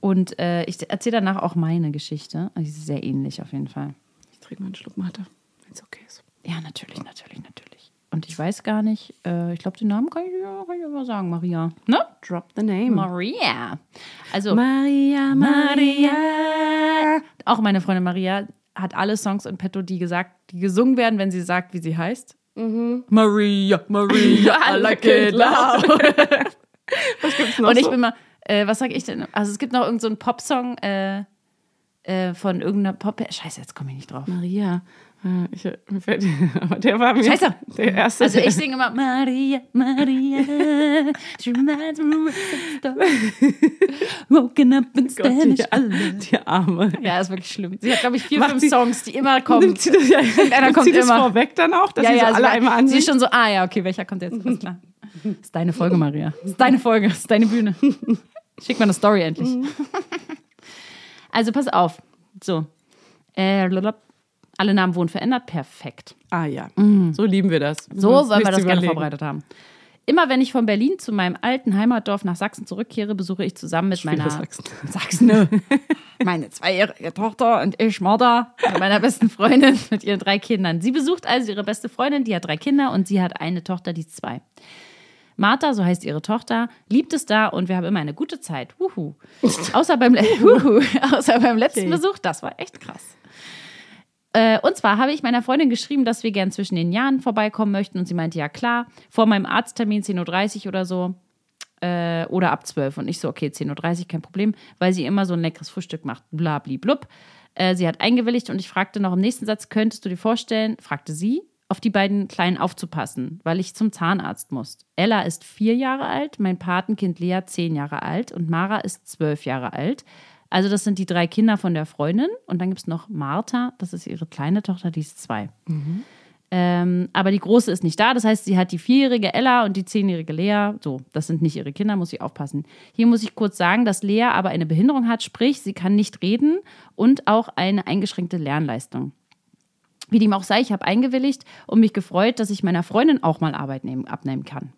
A: Und äh, ich erzähle danach auch meine Geschichte. Also, die ist sehr ähnlich auf jeden Fall.
B: Ich trinke mal einen Schluck Mate, wenn es okay ist.
A: Ja, natürlich, natürlich, natürlich. Und ich weiß gar nicht, äh, ich glaube, den Namen kann ich, ja, kann ich aber sagen, Maria. Ne?
B: Drop the name.
A: Maria. Also,
B: Maria, Maria.
A: auch meine Freundin Maria hat alle Songs in petto, die gesagt, die gesungen werden, wenn sie sagt, wie sie heißt. Maria, Maria, I like it loud.
B: Was gibt's noch
A: Und ich
B: so?
A: bin mal, äh, was sag ich denn? Also es gibt noch irgendeinen so einen Popsong äh, äh, von irgendeiner Pop. Scheiße, jetzt komme ich nicht drauf.
B: Maria. Äh, Ich, mir fällt, aber der war mir
A: Scheiße.
B: der erste.
A: Also ich singe immer Maria, Maria, she reminds me of a star. Woken up in
B: Gott,
A: Spanish.
B: die, die Arme.
A: Ja, ist wirklich schlimm. Sie hat, glaube ich, vier,
B: Macht
A: fünf
B: sie-
A: Songs, die immer kommen.
B: Nimmt sie das, ja, nimmt
A: kommt
B: sie das
A: immer.
B: vorweg dann auch, dass
A: ja,
B: sie so
A: ja,
B: alle
A: war-
B: einmal
A: Sie
B: ansehen?
A: ist schon so, ah ja, okay, welcher kommt jetzt? Alles klar. Ist deine Folge, Maria. Ist deine Folge, ist deine Bühne. Schick mal eine Story endlich. Also pass auf. So. Äh, lalala. alle Namen wurden verändert. Perfekt.
B: Ah ja, so lieben wir das.
A: Mhm. So wollen
B: Uns
A: wir
B: Mhm. nichts
A: das gerne
B: überlegen.
A: vorbereitet haben. Immer wenn ich von Berlin zu meinem alten Heimatdorf nach Sachsen zurückkehre, besuche ich zusammen mit
B: Spiel
A: meiner
B: Sachsen.
A: Sachsen. Meine zweijährige Tochter und ich Mörder mit meiner besten Freundin mit ihren drei Kindern. Sie besucht also ihre beste Freundin, die hat drei Kinder und sie hat eine Tochter, die ist zwei. Martha, so heißt ihre Tochter, liebt es da und wir haben immer eine gute Zeit. Wuhu. Außer beim, le- Wuhu. Außer beim letzten
B: Okay.
A: Besuch, das war echt krass. Äh, Und zwar habe ich meiner Freundin geschrieben, dass wir gern zwischen den Jahren vorbeikommen möchten. Und sie meinte, ja klar, vor meinem Arzttermin 10.30 Uhr oder so. Äh, oder ab 12. Und ich so, okay, 10.30 Uhr, kein Problem, weil sie immer so ein leckeres Frühstück macht. Blabliblub. Äh, sie hat eingewilligt und ich fragte noch im nächsten Satz, könntest du dir vorstellen, fragte sie, auf die beiden Kleinen aufzupassen, weil ich zum Zahnarzt muss. Ella ist vier Jahre alt, mein Patenkind Lea zehn Jahre alt und Mara ist zwölf Jahre alt. Also das sind die drei Kinder von der Freundin. Und dann gibt es noch Martha, das ist ihre kleine Tochter, die ist zwei. Ähm, aber die Große ist nicht da. Das heißt, sie hat die vierjährige Ella und die zehnjährige Lea. So, das sind nicht ihre Kinder, muss sie aufpassen. Hier muss ich kurz sagen, dass Lea aber eine Behinderung hat, sprich, sie kann nicht reden und auch eine eingeschränkte Lernleistung. Wie dem auch sei, ich habe eingewilligt und mich gefreut, dass ich meiner Freundin auch mal Arbeit nehmen, abnehmen kann.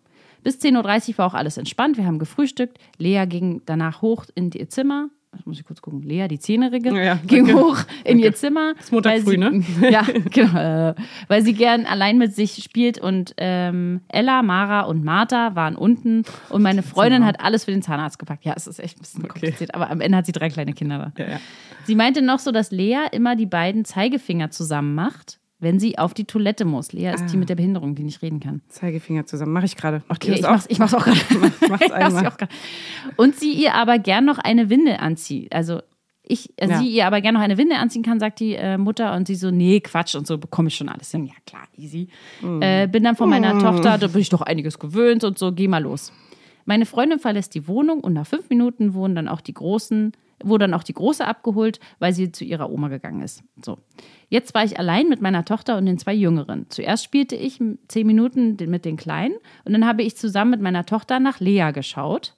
A: Bis 10.30 Uhr war auch alles entspannt. Wir haben gefrühstückt. Lea ging danach hoch in ihr Zimmer. Das muss ich kurz gucken. Lea, die Zehnjährige,
B: Ja, ja,
A: ging
B: danke.
A: hoch in ihr Zimmer. Ist
B: Montag früh,
A: sie,
B: ne?
A: Ja, genau. äh, Weil sie gern allein mit sich spielt und ähm, Ella, Mara und Martha waren unten und meine
B: Genau.
A: Freundin hat alles für den Zahnarzt gepackt. Ja, es ist echt ein bisschen kompliziert, aber am Ende hat sie drei kleine Kinder da.
B: Ja, ja.
A: Sie meinte noch so, dass Lea immer die beiden Zeigefinger zusammen macht, wenn sie auf die Toilette muss. Lea
B: Ah.
A: ist die mit der Behinderung, die nicht reden kann.
B: Zeigefinger zusammen, mache ich gerade. Macht
A: Okay,
B: ihr
A: ich
B: das auch?
A: mach's, ich mach's auch gerade.
B: Ich mach's
A: Ich mach's
B: einmal.
A: auch gerade. Und sie ihr aber gern noch eine Windel anzieht. Also ich, äh,
B: Ja.
A: sie ihr aber gern noch eine Windel anziehen kann, sagt die äh, Mutter. Und sie so, nee, Quatsch und so bekomme ich schon alles hin. Ja klar, easy. Äh, bin dann von meiner Tochter, da bin ich doch einiges gewöhnt und so, geh mal los. Meine Freundin verlässt die Wohnung und nach fünf Minuten wurden dann auch die Großen, wurde dann auch die Große abgeholt, weil sie zu ihrer Oma gegangen ist. So. Jetzt war ich allein mit meiner Tochter und den zwei Jüngeren. Zuerst spielte ich m- zehn Minuten den- mit den Kleinen und dann habe ich zusammen mit meiner Tochter nach Lea geschaut.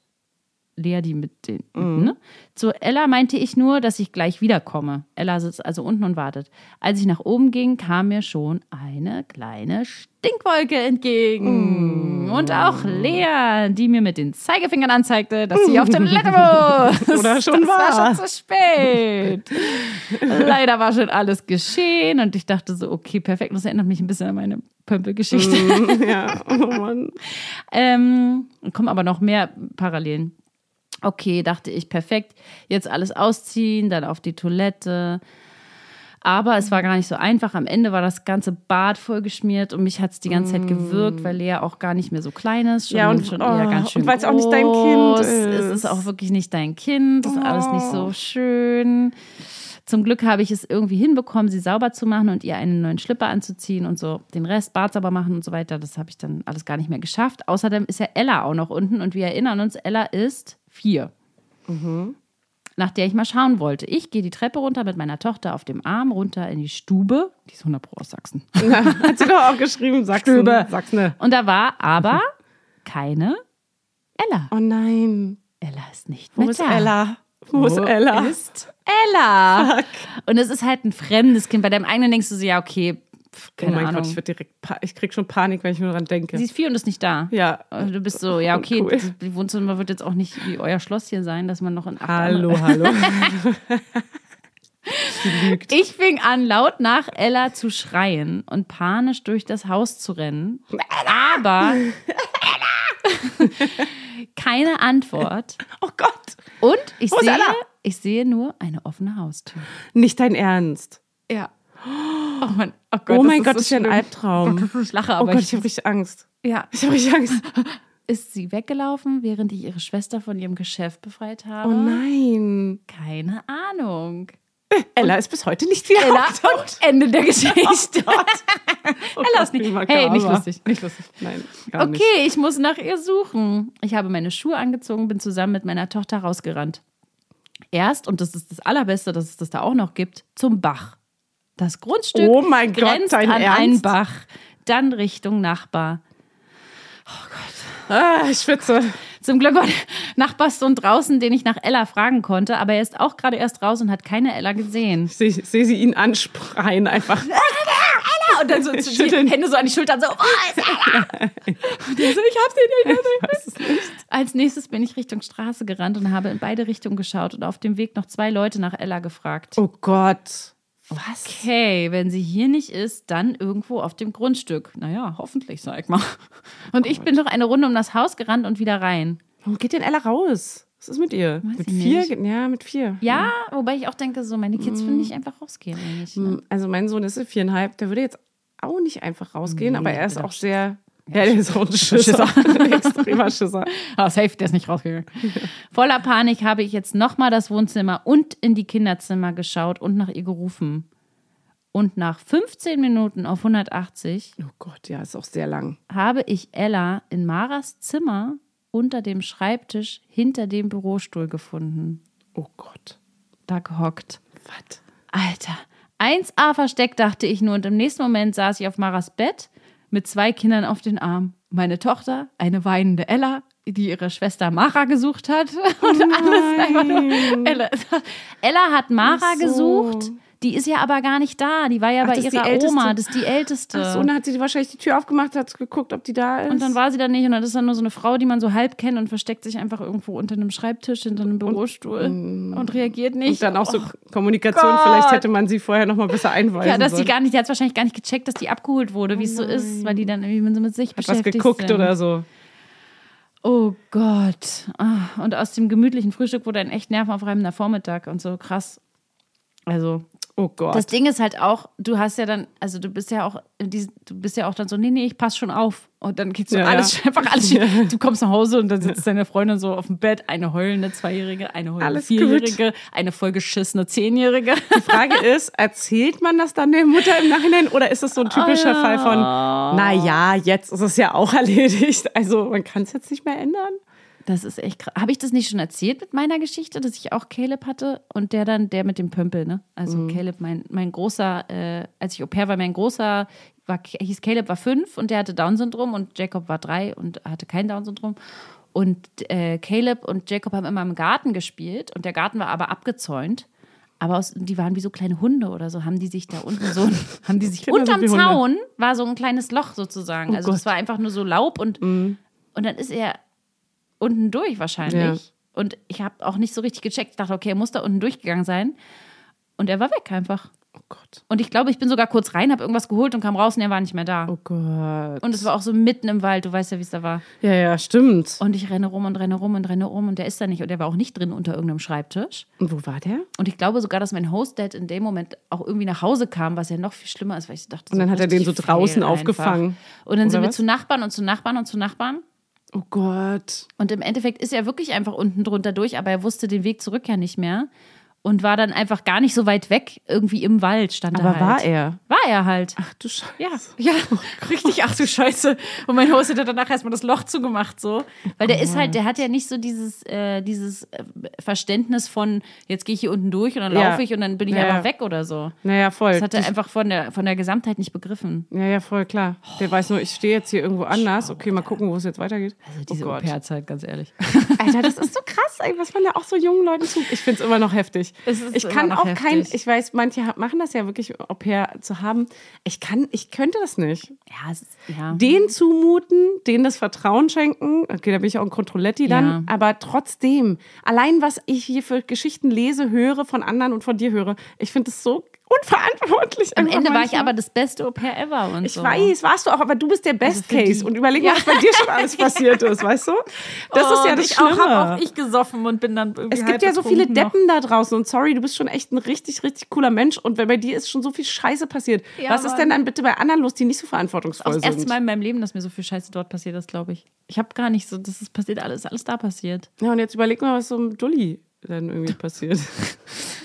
A: Lea, die mit den.
B: Mhm.
A: Ne? Zu Ella meinte ich nur, dass ich gleich wiederkomme. Ella sitzt also unten und wartet. Als ich nach oben ging, kam mir schon eine kleine Stinkwolke
B: Mm.
A: entgegen. Und auch Lea, die mir mit den Zeigefingern anzeigte, dass sie auf den Toilette muss.
B: Oder schon
A: das war
B: war.
A: schon zu spät. Leider war schon alles geschehen und ich dachte so, okay, perfekt. Das erinnert mich ein bisschen an meine Pömpelgeschichte.
B: ja, oh Mann.
A: Ähm, kommen aber noch mehr Parallelen. Okay, dachte ich, perfekt. Jetzt alles ausziehen, dann auf die Toilette. Aber es war gar nicht so einfach. Am Ende war das ganze Bad vollgeschmiert und mich hat es die ganze Zeit gewirkt, weil Lea auch gar nicht mehr so klein ist. Schon,
B: Mm. Ja, und-
A: schon
B: oh,
A: eher ganz schön
B: und weil's auch nicht dein Kind
A: groß. Es
B: ist.
A: ist auch wirklich nicht dein Kind. Das ist alles nicht so
B: Oh.
A: schön. Zum Glück habe ich es irgendwie hinbekommen, sie sauber zu machen und ihr einen neuen Schlipper anzuziehen und so den Rest Bart sauber machen und so weiter. Das habe ich dann alles gar nicht mehr geschafft. Außerdem ist ja Ella auch noch unten und wir erinnern uns, Ella ist vier.
B: Mhm.
A: Nach der ich mal schauen wollte. Ich gehe die Treppe runter mit meiner Tochter auf dem Arm runter in die Stube. Die ist 100 Pro aus Sachsen.
B: Na, hat sie doch auch geschrieben, Sachsen.
A: Stübe.
B: Sachsen.
A: Und da war aber keine Ella.
B: Oh nein.
A: Ella ist nicht
B: Wo
A: mehr
B: ist
A: da.
B: Ella? Wo ist
A: Wo
B: Ella?
A: Ist Ella. Und es ist halt ein fremdes Kind. Bei deinem eigenen denkst du so, ja, okay, Keine
B: oh mein
A: Ahnung.
B: Gott, ich werd direkt, pa- ich krieg schon Panik, wenn ich nur daran denke.
A: Sie ist vier und ist nicht da. Also
B: ja.
A: Du bist so, ja, okay,
B: Cool.
A: das- die Wohnzimmer wird jetzt auch nicht wie euer Schloss hier sein, dass man noch in acht
B: Hallo, hallo. Sie lügt.
A: Ich fing an, laut nach Ella zu schreien und panisch durch das Haus zu rennen. Aber keine Antwort.
B: Oh Gott.
A: Und ich
B: Wo ist
A: sehe,
B: Ella?
A: ich sehe nur eine offene Haustür.
B: Nicht dein Ernst.
A: Ja. Oh, mein, oh, Gott,
B: Oh
A: das
B: mein
A: ist
B: Gott,
A: so
B: das ist ja ein
A: schlimm.
B: Albtraum.
A: Ich lache,
B: Oh
A: aber
B: Gott, ich
A: ich,
B: habe richtig Angst.
A: ja.
B: Ich habe richtig Angst.
A: Ist sie weggelaufen, während ich ihre Schwester von ihrem Geschäft befreit habe?
B: Oh nein.
A: Keine Ahnung.
B: Ella ist bis heute nicht wieder
A: Ella
B: auf der-
A: und Ende der Geschichte.
B: Oh
A: Ella ist
B: Wie
A: nicht.
B: makaber.
A: Hey, nicht lustig.
B: Nicht lustig. Nein, gar nicht.
A: Okay, ich muss nach ihr suchen. Ich habe meine Schuhe angezogen, bin zusammen mit meiner Tochter rausgerannt. Erst, und das ist das Allerbeste, dass es das da auch noch gibt, zum Bach. Das Grundstück
B: Oh mein Gott,
A: grenzt
B: dein
A: an
B: Ernst?
A: einen Bach, dann Richtung Nachbar.
B: Ah, ich schwitze.
A: Zum Glück war der Nachbarssohn draußen, den ich nach Ella fragen konnte, aber er ist auch gerade erst raus und hat keine Ella gesehen.
B: Ich sehe seh sie ihn anspreien einfach.
A: Ella! Und dann so
B: Schütteln.
A: die Hände so an die Schultern, so, oh, ist Ella! Und der so, Also, ich hab's dir nicht gesagt. Als nächstes bin ich Richtung Straße gerannt und habe in beide Richtungen geschaut und auf dem Weg noch zwei Leute nach Ella gefragt.
B: Oh Gott. Was?
A: Okay, wenn sie hier nicht ist, dann irgendwo auf dem Grundstück. Naja, hoffentlich, sag ich mal. Und ich bin noch eine Runde um das Haus gerannt und wieder rein.
B: Warum geht denn Ella raus? Was ist mit ihr?
A: Weiß
B: mit
A: ich
B: vier?
A: nicht.
B: geht- Ja, mit vier.
A: Ja, wobei ich auch denke, so meine Kids würden nicht einfach rausgehen. Eigentlich, ne?
B: Hm, Also mein Sohn ist ja viereinhalb, der würde jetzt auch nicht einfach rausgehen, aber er ist
A: der-
B: auch sehr. Ja, der ist auch ein Schisser. Ein extremer Schisser.
A: Ah, safe, der ist nicht rausgegangen. Voller Panik habe ich jetzt nochmal das Wohnzimmer und in die Kinderzimmer geschaut und nach ihr gerufen. Und nach 15 Minuten auf 180
B: Oh Gott, ja, ist auch sehr lang.
A: habe ich Ella in Maras Zimmer unter dem Schreibtisch hinter dem Bürostuhl gefunden.
B: Oh Gott.
A: Da gehockt.
B: Was?
A: Alter, 1A versteckt, dachte ich nur. Und im nächsten Moment saß ich auf Maras Bett mit zwei Kindern auf den Arm. Meine Tochter, eine weinende Ella, die ihre Schwester Mara gesucht hat. Und
B: Oh
A: alles einfach nur. Ella, Ella hat Mara
B: Ach so.
A: gesucht. Die ist ja aber gar nicht da. Die war ja
B: Ach,
A: bei
B: das ist die
A: ihrer
B: Älteste.
A: Oma. Das ist die Älteste.
B: Ach so, und dann hat sie wahrscheinlich die Tür aufgemacht, hat geguckt, ob die da ist.
A: Äh. und dann war sie da nicht. Und dann ist dann nur so eine Frau, die man so halb kennt und versteckt sich einfach irgendwo unter einem Schreibtisch, hinter einem Bürostuhl
B: Mm.
A: und, reagiert nicht.
B: Und dann auch so Kommunikation, vielleicht hätte man sie vorher noch mal besser einweisen
A: Oh Ja, dass die
B: sollen.
A: gar nicht, die hat gar nicht gecheckt, dass die abgeholt wurde, wie es so ist, weil die dann irgendwie so mit sich
B: was
A: beschäftigt
B: geguckt
A: sind.
B: oder so.
A: Oh Gott. Ah, Und aus dem gemütlichen Frühstück wurde ein echt nervenaufreibender Vormittag und so krass. Also,
B: Oh Gott.
A: das Ding ist halt auch, du hast ja dann, also du bist ja auch, in dies- du bist ja auch dann so, nee, nee, ich pass schon auf. Und dann geht's so
B: Ja,
A: alles,
B: ja.
A: einfach alles, du kommst nach Hause und dann sitzt deine Freundin so auf dem Bett, eine heulende Zweijährige, eine heulende
B: Alles gut.
A: Vierjährige, eine vollgeschissene Zehnjährige.
B: die Frage ist, erzählt man das dann der Mutter im Nachhinein oder ist es so ein typischer
A: Ah.
B: Fall von, naja, jetzt ist es ja auch erledigt. Also man kann es jetzt nicht mehr ändern.
A: Das ist echt krass. Habe ich das nicht schon erzählt mit meiner Geschichte, dass ich auch Caleb hatte und der dann, der mit dem Pömpel, ne? Also
B: Mhm.
A: Caleb, mein, mein großer, äh, als ich Au pair war, mein großer, war, hieß Caleb war fünf und der hatte Down-Syndrom und Jacob war drei und hatte kein Down-Syndrom. Und äh, Caleb und Jacob haben immer im Garten gespielt und der Garten war aber abgezäunt. Aber aus, die waren wie so kleine Hunde oder so, haben die sich da unten so, haben die sich
B: Kinder sind
A: unterm
B: wie Hunde. Oh
A: Zaun war so ein kleines Loch sozusagen. also das
B: Gott. Mhm.
A: war einfach nur so Laub und, und dann ist er unten durch wahrscheinlich. Und ich habe auch nicht so richtig gecheckt. Ich dachte, okay, er muss da unten durchgegangen sein. Und er war weg einfach.
B: Oh Gott.
A: Und ich glaube, ich bin sogar kurz rein, habe irgendwas geholt und kam raus und er war nicht mehr da.
B: Oh Gott.
A: Und es war auch so mitten im Wald, du weißt ja, wie es da war.
B: ja, ja, stimmt.
A: Und ich renne rum und renne rum und renne rum und der ist da nicht. Und er war auch nicht drin unter irgendeinem Schreibtisch.
B: Und wo war der?
A: Und ich glaube sogar, dass mein Host-Dad in dem Moment auch irgendwie nach Hause kam, was ja noch viel schlimmer ist, weil ich dachte,
B: Und dann
A: so
B: hat er den
A: richtig
B: so draußen
A: fail
B: aufgefangen.
A: Einfach. Und dann sind
B: Oder
A: wir
B: was?
A: zu Nachbarn und zu Nachbarn und zu Nachbarn.
B: Oh Gott.
A: Und im Endeffekt ist er wirklich einfach unten drunter durch, aber er wusste den Weg zurück ja nicht mehr und war dann einfach gar nicht so weit weg, irgendwie im Wald stand er
B: Aber
A: halt.
B: war er?
A: War er halt.
B: Ach Oh du Scheiße.
A: Ja, ja, richtig, ach du Scheiße. Und mein Host hat danach erstmal das Loch zugemacht, so. Weil
B: Oh
A: der ist halt, der hat ja nicht so dieses, äh, dieses äh, Verständnis von, jetzt gehe ich hier unten durch und dann
B: Ja.
A: laufe ich und dann bin ich
B: Ja, ja.
A: einfach weg oder so.
B: Naja, voll.
A: Das hat er einfach von der, von der Gesamtheit nicht begriffen.
B: ja, ja, voll, klar. Der weiß nur, ich stehe jetzt hier irgendwo anders. Okay, mal gucken, wo es jetzt weitergeht.
A: Also diese
B: oh Gott.
A: Au-pair-Zeit, ganz ehrlich.
B: Alter, das ist so krass, ey, was man da auch so jungen Leuten tut. Ich finde es immer noch heftig. heftig. ich kann auch heftig. kein, ich weiß, manche ha- machen das ja wirklich, Au pair zu haben. Ich kann, ich könnte das nicht.
A: Ja, es ist, ja.
B: Den zumuten, denen das Vertrauen schenken, okay, da bin ich auch ein Kontrolletti dann,
A: Ja.
B: aber trotzdem, allein was ich hier für Geschichten lese, höre von anderen und von dir höre, ich finde das so unverantwortlich.
A: Am
B: einfach
A: Ende war ich
B: manchmal.
A: aber das beste Au-pair ever und
B: Ich
A: so. Also
B: weiß, warst du auch, aber du bist der Best
A: für
B: Case.
A: die.
B: Und überleg mal, was bei dir schon alles passiert ist, weißt du? Das ist ja
A: Und
B: das
A: ich
B: Schlimme.
A: Auch, hab auch ich gesoffen und bin dann irgendwie
B: es
A: halb
B: gibt ja so viele
A: betrunken noch.
B: Deppen da draußen und sorry, du bist schon echt ein richtig, richtig cooler Mensch und bei bei dir ist schon so viel Scheiße passiert.
A: Ja,
B: Was ist
A: Mann.
B: denn dann bitte bei anderen los, die nicht so
A: Auch
B: verantwortungsvoll
A: das erste
B: sind?
A: Mal in meinem Leben, dass mir so viel Scheiße dort passiert ist, glaube ich. Ich habe gar nicht so, das ist passiert, alles, alles da passiert.
B: Ja, und jetzt überleg mal, was so einem Dulli dann irgendwie passiert.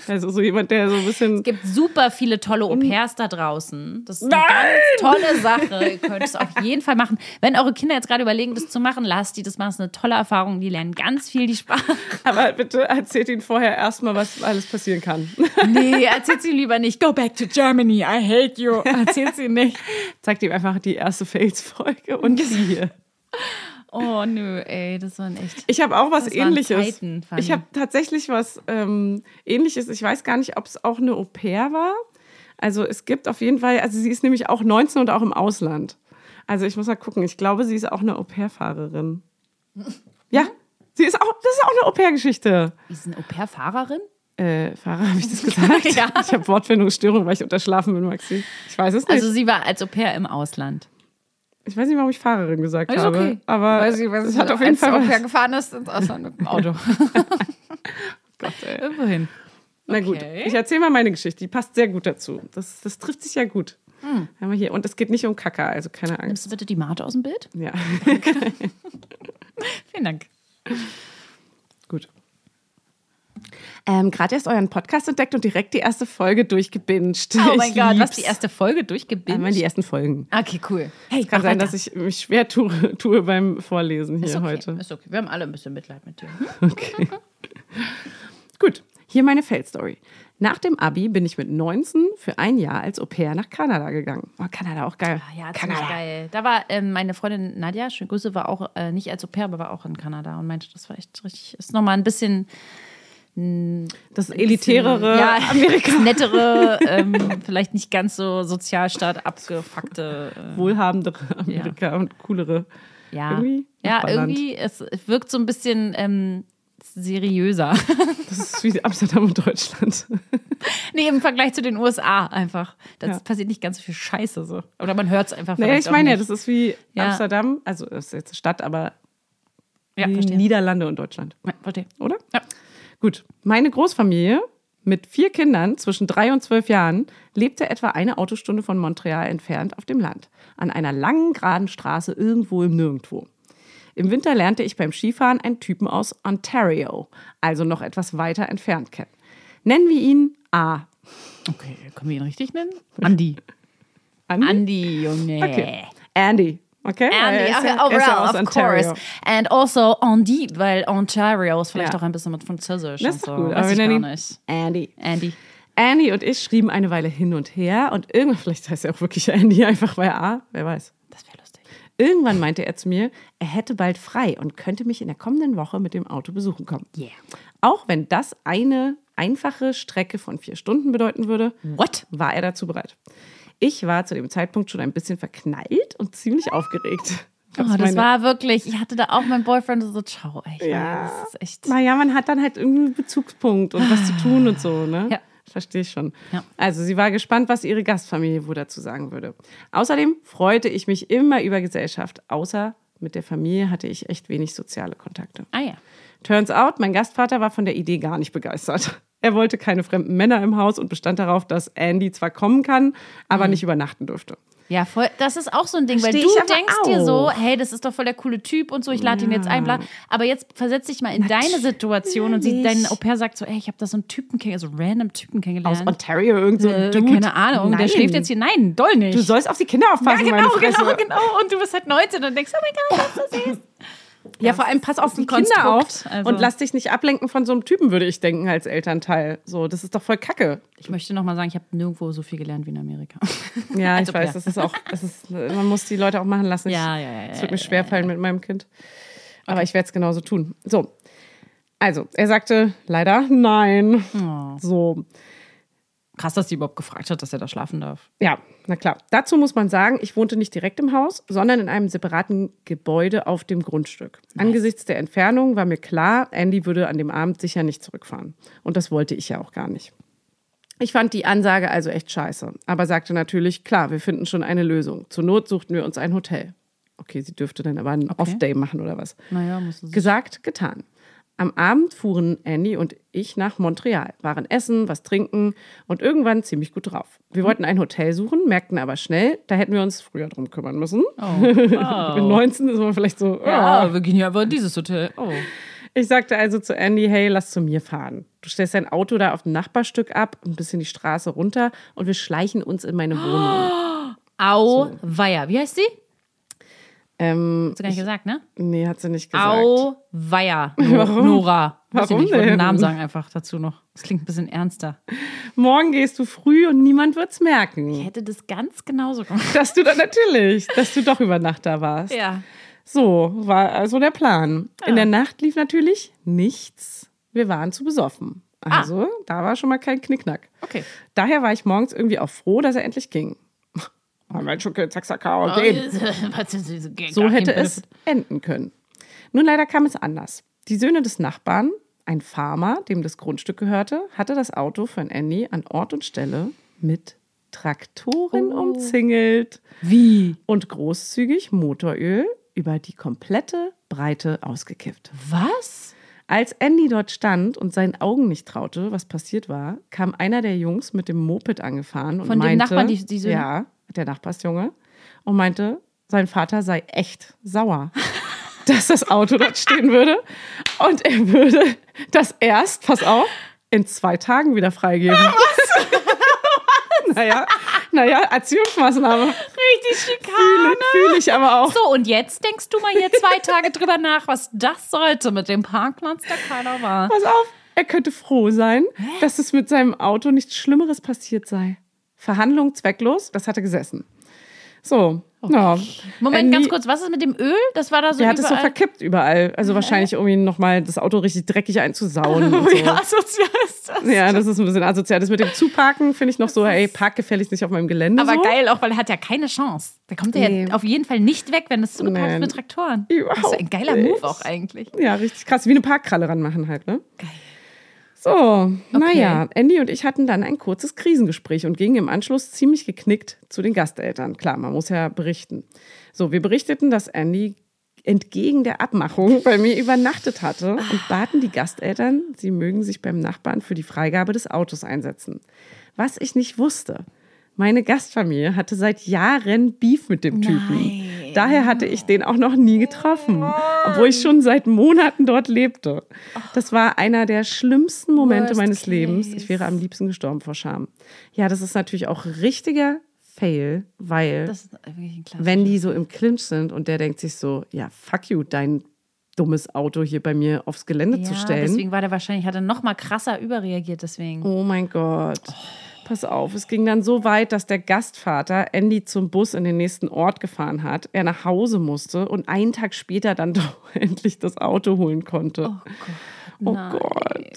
B: Also so jemand, der so ein bisschen...
A: Es gibt super viele tolle Au-pairs da draußen. Das ist eine ganz tolle Sache. Ihr könnt es auf jeden Fall machen. Wenn eure Kinder jetzt gerade überlegen, das zu machen, lasst die das machen. Das ist eine tolle Erfahrung. Die lernen ganz viel die Sprache.
B: Aber bitte erzählt ihnen vorher erstmal, was alles passieren kann.
A: Nee, erzählt sie lieber nicht. Go back to Germany. I hate you. Erzählt sie nicht.
B: Zeigt ihm einfach die erste Fails-Folge und
A: Genau.
B: die hier.
A: Oh, nö, ey, das waren echt.
B: Ich habe auch was
A: Das waren
B: ähnliches.
A: Zeiten, Fanny.
B: ich habe tatsächlich was ähm, ähnliches. Ich weiß gar nicht, ob es auch eine Au pair war. Also es gibt auf jeden Fall, also sie ist nämlich auch 19 und auch im Ausland. Also ich muss mal gucken. Ich glaube, sie ist auch eine Au pair-Fahrerin. Ja, sie ist auch, das ist auch eine Au pair-Geschichte.
A: Ist eine Au-pair-Fahrerin?
B: Äh, Fahrer, habe ich das gesagt?
A: Ja.
B: Ich habe Wortfindungsstörung, weil ich unterschlafen bin, Maxi. Ich weiß es nicht.
A: Also, sie war als Au-pair im Ausland.
B: ich weiß nicht, warum ich Fahrerin gesagt
A: Ist
B: habe.
A: okay.
B: Aber
A: Weiß ich, was
B: es
A: ich
B: hat auf jeden
A: als
B: Fall
A: Au pair
B: was.
A: gefahren ist ins Ausland mit dem Auto.
B: Gott, ey.
A: Irgendwo hin.
B: Na gut,
A: Okay.
B: ich erzähle mal meine Geschichte. Die passt sehr gut dazu. Das, das trifft sich ja gut. Haben wir hier. Und es geht nicht um Kacke, also keine Angst.
A: Nimmst du bitte die Mate aus dem Bild?
B: Ja,
A: Vielen Dank.
B: gut. Ähm, Gerade erst euren Podcast entdeckt und direkt die erste Folge durchgebinged.
A: Oh
B: Ich
A: mein Gott, was
B: lieb's.
A: die erste Folge
B: Einmal
A: durchgebindet?
B: die ersten Folgen.
A: okay, cool. Hey,
B: Kann sein, dass ich mich schwer tue, tue beim Vorlesen hier
A: ist okay.
B: heute.
A: Ist okay, wir haben alle ein bisschen Mitleid mit dir.
B: Okay. Gut, hier meine Fail-Story. Nach dem Abi bin ich mit 19 für ein Jahr als Au-pair nach Kanada gegangen. Oh, Kanada auch geil.
A: Ah, ja, ziemlich
B: Kanada.
A: geil. Da war ähm, meine Freundin Nadja, schöne Grüße, war auch äh, nicht als Au-pair, aber war auch in Kanada und meinte, das war echt richtig, ist nochmal ein bisschen
B: Das elitärere
A: ja,
B: Amerika.
A: nettere, ähm, vielleicht nicht ganz so Sozialstaat abgefuckte.
B: wohlhabendere Amerika und coolere.
A: Äh, ja,
B: Irgendwie
A: ja
B: Nachbarland.
A: irgendwie, es wirkt so ein bisschen ähm, seriöser.
B: Das ist wie Amsterdam und Deutschland.
A: Nee, im Vergleich zu den USA einfach. Das
B: Ja.
A: passiert nicht ganz so viel Scheiße so. Oder man hört es einfach
B: Naja,
A: vielleicht
B: ich meine,
A: auch
B: ja,
A: nicht.
B: das ist wie
A: Ja.
B: Amsterdam, also das ist jetzt eine Stadt, aber
A: Ja,
B: wie
A: verstehe.
B: Niederlande und Deutschland,
A: Ja, verstehe.
B: oder?
A: Ja.
B: Gut. Meine Großfamilie mit vier Kindern zwischen drei und zwölf Jahren lebte etwa eine Autostunde von Montreal entfernt auf dem Land, an einer langen, geraden Straße irgendwo im Nirgendwo. Im Winter lernte ich beim Skifahren einen Typen aus Ontario, also noch etwas weiter entfernt kennen. Nennen wir ihn A.
A: Okay, können wir ihn richtig nennen? Andi.
B: Andi?
A: Andi, Junge.
B: Okay. Andy. Okay. Er
A: Andy,
B: ist
A: okay,
B: ja- er ist ja
A: overall,
B: aus
A: of
B: Ontario.
A: course. And also Andy, weil Ontario ist vielleicht
B: Ja.
A: auch ein bisschen mit Französisch
B: Das
A: und
B: ist
A: so.
B: doch gut.
A: Weiß
B: wir
A: ich
B: nennen
A: gar
B: ihn
A: nicht.
B: Andy.
A: Andy.
B: Andy und ich schrieben eine Weile hin und her und irgendwann, vielleicht heißt er auch wirklich Andy einfach bei A, wer weiß.
A: Das wäre lustig.
B: Irgendwann meinte er zu mir, er hätte bald frei und könnte mich in der kommenden Woche mit dem Auto besuchen kommen.
A: Yeah.
B: Auch wenn das eine einfache Strecke von vier Stunden bedeuten würde,
A: What?
B: war er dazu bereit. Ich war zu dem Zeitpunkt schon ein bisschen verknallt und ziemlich aufgeregt.
A: Oh,
B: Hab's
A: das
B: meine-
A: war wirklich, ich hatte da auch meinen Boyfriend so, ciao, ey.
B: Ja.
A: Das ist echt.
B: Naja, man hat dann halt irgendwie einen Bezugspunkt und was zu tun und so, ne?
A: Ja.
B: Verstehe ich schon.
A: Ja.
B: Also sie war gespannt, was ihre Gastfamilie wohl dazu sagen würde. Außerdem freute ich mich immer über Gesellschaft, außer mit der Familie hatte ich echt wenig soziale Kontakte.
A: Ah ja.
B: Turns out, mein Gastvater war von der Idee gar nicht begeistert. Er wollte keine fremden Männer im Haus und bestand darauf, dass Andy zwar kommen kann, aber
A: Mhm.
B: nicht übernachten dürfte.
A: Ja, voll, das ist auch so ein Ding, weil
B: Versteh
A: du
B: ich aber
A: denkst dir so,
B: auch. Mm.
A: hey, das ist doch voll der coole Typ und so, ich lade ihn jetzt ein, bla. Aber jetzt versetz dich mal in deine Situation und sie, dein
B: Natürlich.
A: Au-pair sagt so, ey, ich habe da so einen Typen kennengelernt, so random Typen
B: Aus
A: kennengelernt.
B: Ontario irgend so ein
A: äh,
B: Dude.
A: keine Ahnung, der
B: Nein.
A: schläft jetzt hier. Nein, doll nicht.
B: Du sollst auf die Kinder
A: ja,
B: aufpassen, meine
A: genau,
B: Fresse.
A: genau, genau. Und du bist halt 19 und denkst, oh mein Gott, das ist so süß.
B: Ja, vor allem pass auf
A: ein
B: die Kinder
A: Konstrukt,
B: auf
A: also.
B: und lass dich nicht ablenken von so einem Typen, würde ich denken, als Elternteil. So, das ist doch voll Kacke.
A: Ich möchte nochmal sagen, ich habe nirgendwo so viel gelernt wie in Amerika. Also,
B: Ja,
A: Als
B: ich
A: Au-pair.
B: weiß, das ist auch, es ist, man muss die Leute auch machen lassen. Ich-
A: Ja, ja, ja,
B: Es wird mir schwerfallen mit meinem Kind. Aber ich werde es genauso tun. So. Also, er sagte leider nein.
A: Oh.
B: So,
A: Krass, dass die überhaupt gefragt hat, dass er da schlafen darf.
B: ja, na klar. Dazu muss man sagen, ich wohnte nicht direkt im Haus, sondern in einem separaten Gebäude auf dem Grundstück. Angesichts der Entfernung war mir klar, Andy würde an dem Abend sicher nicht zurückfahren. Und das wollte ich ja auch gar nicht. Ich fand die Ansage also echt scheiße, aber sagte natürlich, klar, wir finden schon eine Lösung. Zur Not suchten wir uns ein Hotel. Okay, sie dürfte dann aber einen Off-Day machen oder was.
A: Naja, muss es.
B: Gesagt, getan. Am Abend fuhren Andy und ich nach Montreal, waren essen, was trinken und irgendwann ziemlich gut drauf. Wir wollten ein Hotel suchen, merkten aber schnell, da hätten wir uns früher drum kümmern müssen.
A: Ah.
B: Mit 19 ist man vielleicht so, "Ah."
A: wir gehen ja aber in dieses Hotel. Oh.
B: Ich sagte also zu Andy, hey, lass zu mir fahren. Du stellst dein Auto da auf dem Nachbarstück ab, ein bisschen die Straße runter und wir schleichen uns in meine Wohnung.
A: Auweia. Wie heißt sie?
B: Ähm,
A: Hast du gar nicht gesagt, ne?
B: nee, hat sie nicht gesagt.
A: Auweia. Warum? Nora. Weiß ich
B: Warum
A: nicht, ich wollte den
B: denn?
A: Namen sagen einfach dazu noch. Das klingt ein bisschen ernster.
B: Morgen gehst du früh und niemand wird's merken.
A: Ich hätte das ganz genauso gemacht.
B: Dass du da natürlich, dass du doch über Nacht da warst.
A: Ja.
B: So war also der Plan. In der Nacht lief natürlich nichts. Wir waren zu besoffen. Also, da war schon mal kein Knickknack.
A: Okay.
B: Daher war ich morgens irgendwie auch faux, dass er endlich ging. Haben wir jetzt schon keinen Zacksakao
A: Oh,
B: und gehen. So hätte es enden können. Nun leider kam es anders. Die Söhne des Nachbarn, ein Farmer, dem das Grundstück gehörte, hatte das Auto von Andy an Ort und Stelle mit Traktoren umzingelt
A: Wie?
B: und großzügig Motoröl über die komplette Breite ausgekippt.
A: Was?
B: Als Andy dort stand und seinen Augen nicht traute, was passiert war, kam einer der Jungs mit dem Moped angefahren und
A: Von dem
B: meinte,
A: Nachbarn, die- die Söhne?
B: ja, der Nachbarsjunge, und meinte, sein Vater sei echt sauer, dass das Auto dort stehen würde und er würde das erst, pass auf, in zwei Tagen wieder freigeben.
A: Ah,
B: Was? naja, naja, Erziehungsmaßnahme
A: Richtig
B: fühle,
A: Schikane.
B: fühle ich aber auch.
A: So, und jetzt denkst du mal hier zwei Tage drüber nach, was das sollte mit dem Parkplatz der Kader war.
B: Pass auf, er könnte froh sein, dass es mit seinem Auto nichts Schlimmeres passiert sei. Verhandlung zwecklos, das hatte gesessen. So, ja.
A: Moment,
B: Andy-
A: ganz kurz, was ist mit dem Öl? Das war da so
B: Der hat es so
A: überall.
B: verkippt überall. Also wahrscheinlich irgendwie nochmal das Auto richtig dreckig einzusauen. und so.
A: Wie asozial ist das?
B: Ja, das ist ein bisschen asozial. Das mit dem Zuparken finde ich noch so, ey, park gefälligst nicht auf meinem Gelände.
A: Aber
B: so.
A: geil auch, weil er hat ja keine Chance. Da kommt er
B: Nee.
A: ja auf jeden Fall nicht weg, wenn es zugeparkt ist
B: Nein.
A: mit Traktoren.
B: Überhaupt
A: das ist ein geiler
B: nicht.
A: Move auch eigentlich.
B: Ja, richtig krass. Wie eine Parkkralle ranmachen halt, ne?
A: Geil.
B: So, naja, Andy und ich hatten dann ein kurzes Krisengespräch und gingen im Anschluss ziemlich geknickt zu den Gasteltern. Klar, man muss ja berichten. So, wir berichteten, dass Andy entgegen der Abmachung bei mir übernachtet hatte und baten die Gasteltern, sie mögen sich beim Nachbarn für die Freigabe des Autos einsetzen. Was ich nicht wusste, meine Gastfamilie hatte seit Jahren Beef mit dem Typen. Daher hatte ich den auch noch nie getroffen, obwohl ich schon seit Monaten dort lebte. Das war einer der schlimmsten Momente
A: Worst
B: meines
A: case.
B: Lebens. Ich wäre am liebsten gestorben vor Scham. Ja, das ist natürlich auch richtiger Fail, weil
A: Das ist wirklich ein klasse.
B: wenn die so im Clinch sind und der denkt sich so, ja, fuck you, dein dummes Auto hier bei mir aufs Gelände
A: Ja,
B: zu stellen.
A: deswegen war der wahrscheinlich, hat er noch mal krasser überreagiert deswegen.
B: Oh mein Gott. Pass auf, es ging dann so weit, dass der Gastvater Andy zum Bus in den nächsten Ort gefahren hat, er nach Hause musste und einen Tag später dann doch endlich das Auto holen konnte.
A: Oh Gott.
B: Oh
A: nein.
B: Gott.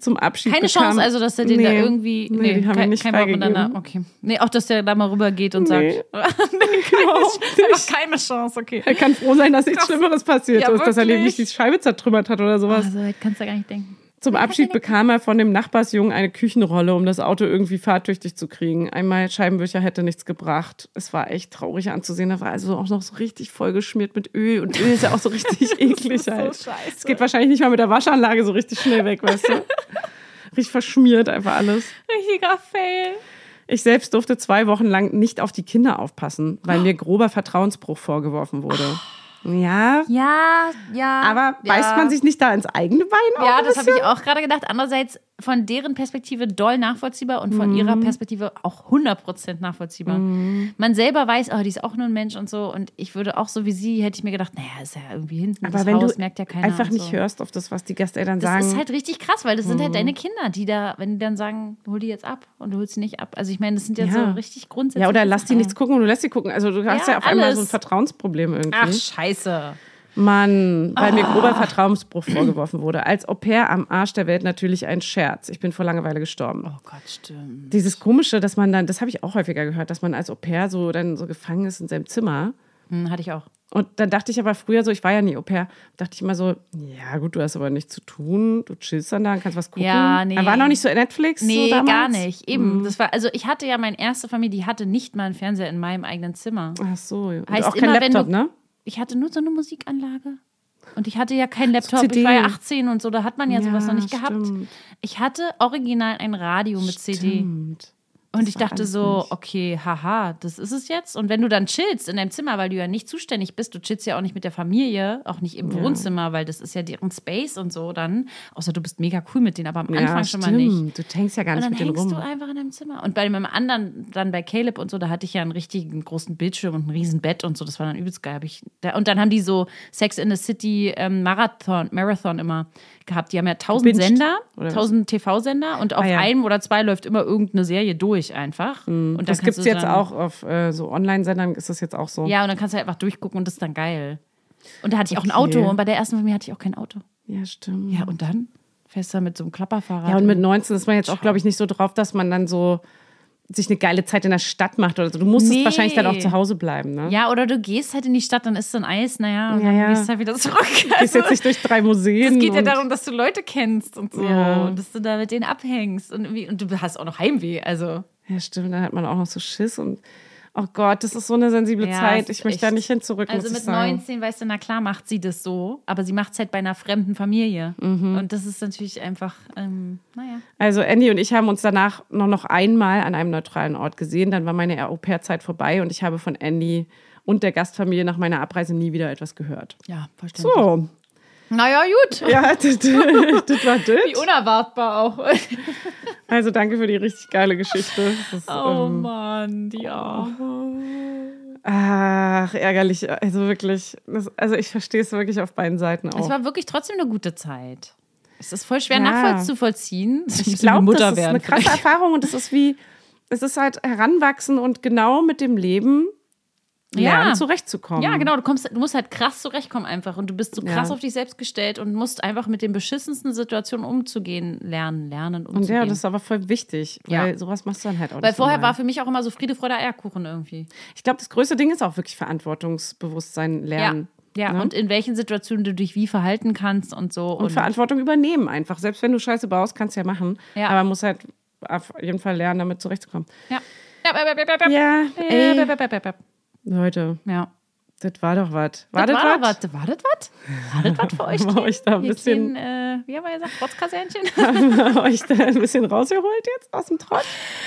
B: Zum Abschied.
A: Keine
B: bekam,
A: Chance, also dass er den da irgendwie.
B: Nee, die haben
A: kein-
B: ihn nicht
A: kein Bock
B: freigegeben.
A: miteinander. Okay. Nee, auch dass der da mal rübergeht und
B: Nee.
A: sagt.
B: Überhaupt
A: Einfach
B: nicht.
A: keine Chance, okay.
B: Er kann froh sein, dass nichts
A: Krass.
B: Schlimmeres passiert
A: Ja,
B: ist, dass er
A: wirklich.
B: nämlich die Scheibe zertrümmert hat oder sowas.
A: Also, weit kannst du ja gar nicht denken.
B: Zum Abschied bekam er von dem Nachbarsjungen eine Küchenrolle, um das Auto irgendwie fahrtüchtig zu kriegen. Einmal Scheibenwischer hätte nichts gebracht. Es war echt traurig anzusehen. Er war also auch noch so richtig vollgeschmiert mit Öl. Und Öl ist ja auch so richtig eklig
A: so
B: halt.
A: scheiße.
B: Es geht wahrscheinlich nicht mal mit der Waschanlage so richtig schnell weg, weißt du? Richtig verschmiert einfach alles.
A: Richtiger Fail.
B: Ich selbst durfte zwei Wochen lang nicht auf die Kinder aufpassen, weil mir grober Vertrauensbruch vorgeworfen wurde. Ja,
A: Ja, ja.
B: aber
A: ja.
B: beißt man sich nicht da ins eigene Bein auch
A: Ja,
B: ein
A: das habe
B: bisschen?
A: ich auch gerade gedacht. Andererseits von deren Perspektive doll nachvollziehbar und von
B: Mhm.
A: ihrer Perspektive auch 100% nachvollziehbar. Man selber weiß, oh, die ist auch nur ein Mensch und so. Und ich würde auch so wie sie, hätte ich mir gedacht, naja, ist ja irgendwie hinten.
B: Aber
A: das
B: wenn
A: Haus
B: du
A: merkt ja keiner.
B: einfach
A: und
B: nicht
A: so.
B: hörst auf das, was die Gasteltern
A: Das
B: sagen. Mhm.
A: ist halt richtig krass, weil das sind halt deine Kinder, die da, wenn die dann sagen, hol die jetzt ab und du holst sie nicht ab. Also ich meine, das sind ja,
B: Ja.
A: so richtig grundsätzlich.
B: ja, oder lass die nichts gucken und du lässt sie gucken. Also du hast ja,
A: Ja,
B: auf einmal
A: alles.
B: so ein Vertrauensproblem irgendwie.
A: Ach, scheiße.
B: Mann, weil
A: Ah.
B: mir grober Vertrauensbruch vorgeworfen wurde. Als Au-pair am Arsch der Welt natürlich ein Scherz. Ich bin vor Langeweile gestorben.
A: Oh Gott, stimmt.
B: Dieses komische, dass man dann, das habe ich auch häufiger gehört, dass man als Au-pair so dann so gefangen ist in seinem Zimmer.
A: Hm, hatte ich auch.
B: Und dann dachte ich aber früher so, ich war ja nie Au-pair, dachte ich immer so, ja gut, du hast aber nichts zu tun, du chillst dann da und kannst was gucken.
A: Ja, nee.
B: Da war noch nicht so Netflix
A: Nee,
B: so damals. Mhm.
A: gar nicht. Eben. Das war, also ich hatte ja meine erste Familie, die hatte nicht mal einen Fernseher in meinem eigenen Zimmer.
B: Ach so, und
A: Heißt
B: auch kein
A: immer, wenn
B: Laptop,
A: du-
B: ne?
A: Ich hatte nur so eine Musikanlage. Und ich hatte ja keinen Laptop.
B: CD.
A: Ich war ja 18 und so, da hat man ja, sowas
B: Ja,
A: noch nicht gehabt.
B: stimmt.
A: Ich hatte original ein Radio mit CD.
B: Stimmt.
A: Und ich
B: war
A: dachte
B: alles
A: so,
B: nicht.
A: okay, haha, das ist es jetzt. Und wenn du dann chillst in deinem Zimmer, weil du ja nicht zuständig bist, du chillst ja auch nicht mit der Familie, auch nicht im Wohnzimmer, weil das ist ja deren Space und so dann. Außer du bist mega cool mit denen, aber am
B: Ja,
A: Anfang schon
B: stimmt.
A: mal nicht.
B: Du tankst ja gar
A: Und
B: nicht
A: dann
B: mit denen
A: hängst
B: rum.
A: du einfach in deinem Zimmer. Und bei meinem anderen, dann bei Caleb und so, da hatte ich ja einen richtigen großen Bildschirm und ein riesen Bett und so. Das war dann übelst geil. Hab ich da, und dann haben die so Sex in the City ähm, Marathon, Marathon immer gehabt. Die haben ja tausend
B: Gebinged,
A: Sender,
B: oder was?
A: tausend TV-Sender und auf
B: Ah, ja. Mhm.
A: einem oder zwei läuft immer irgendeine Serie durch einfach. Und dann
B: das
A: kannst
B: gibt
A: du
B: es jetzt
A: dann-
B: auch auf äh, so Online-Sendern, ist das jetzt auch so.
A: Ja, und dann kannst du halt einfach durchgucken und das ist dann geil. Und da hatte ich auch ein
B: Okay.
A: Auto und bei der ersten Familie hatte ich auch kein Auto.
B: Ja, stimmt.
A: Ja, und dann fährst du da mit so einem Klapperfahrrad.
B: Ja, und mit 19 ist man jetzt auch, glaube ich, nicht so drauf, dass man dann so sich eine geile Zeit in der Stadt macht oder so. Du musstest
A: Nee.
B: wahrscheinlich dann auch zu Hause bleiben, ne?
A: Ja, oder du gehst halt in die Stadt, dann isst du ein Eis, naja, und
B: Ja,
A: dann
B: ja.
A: gehst du halt wieder zurück.
B: Gehst
A: Also,
B: jetzt nicht durch drei Museen.
A: es geht ja
B: und-
A: darum, dass du Leute kennst und so
B: Ja.
A: und dass du da mit denen abhängst und, irgendwie, und du hast auch noch Heimweh. Also
B: Ja, stimmt, dann hat man auch noch so Schiss und oh Gott, das ist so eine sensible
A: Ja,
B: Zeit.
A: es
B: Ich
A: ist
B: möchte da
A: echt-
B: nicht hin zurück.
A: also
B: muss ich
A: mit
B: sagen.
A: 19, weißt du, na klar macht sie das so, aber sie macht es halt bei einer fremden Familie
B: Mhm.
A: und das ist natürlich einfach, ähm, naja.
B: Also Andy und ich haben uns danach noch, noch einmal an einem neutralen Ort gesehen. Dann war meine Au-pair-Zeit vorbei und ich habe von Andy und der Gastfamilie nach meiner Abreise nie wieder etwas gehört.
A: Ja, verständlich. So.
B: So,
A: Naja, gut.
B: ja, das, das war
A: Wie
B: das.
A: unerwartbar auch.
B: Ähm. Also danke für die richtig geile Geschichte. Das, ist,
A: Oh
B: ähm,
A: Mann, die Arme.
B: ach, ärgerlich. Also wirklich, das, also ich verstehe es wirklich auf beiden Seiten
A: Es
B: auch.
A: war wirklich trotzdem eine gute Zeit. Es ist voll schwer
B: Oh. Ja.
A: nachvollzuvollziehen.
B: Ich glaube, das ist eine krasse Erfahrung und es ist wie, es ist halt heranwachsen und genau mit dem Leben lernen,
A: Ja.
B: zurechtzukommen.
A: Ja, genau. Du, kommst, du musst halt krass zurechtkommen einfach. Und du bist so krass
B: Ähm, Ja.
A: auf dich selbst gestellt und musst einfach mit den beschissensten Situationen umzugehen, lernen, lernen,
B: Und
A: umzugehen.
B: ja, das ist aber voll wichtig,
A: Ja.
B: weil sowas machst du dann halt auch
A: Weil
B: nicht
A: vorher war
B: normal.
A: für mich auch immer so Friede, Freude, Eierkuchen irgendwie.
B: Ich glaube, das größte Ding ist auch wirklich Verantwortungsbewusstsein lernen.
A: Ja, ja.
B: Ne?
A: Und in welchen Situationen du dich wie verhalten kannst und so.
B: Und Verantwortung übernehmen einfach. Selbst wenn du Scheiße baust, kannst du ja machen.
A: Ja.
B: Aber man muss halt auf jeden Fall lernen, damit zurechtzukommen.
A: ja. Ja, ja, ja, ja, ja.
B: Ja,
A: Ja,
B: ey,
A: ja, ja, ja, ja.
B: Leute,
A: ja.
B: das war doch was.
A: Das war
B: wat?
A: doch was? War das was? War das was für euch?
B: Haben wir euch da ein
A: Hier
B: bisschen-
A: kleinen, äh, wie haben wir gesagt, Rotzkasernchen?
B: Haben wir euch da ein bisschen rausgeholt jetzt aus dem Trott?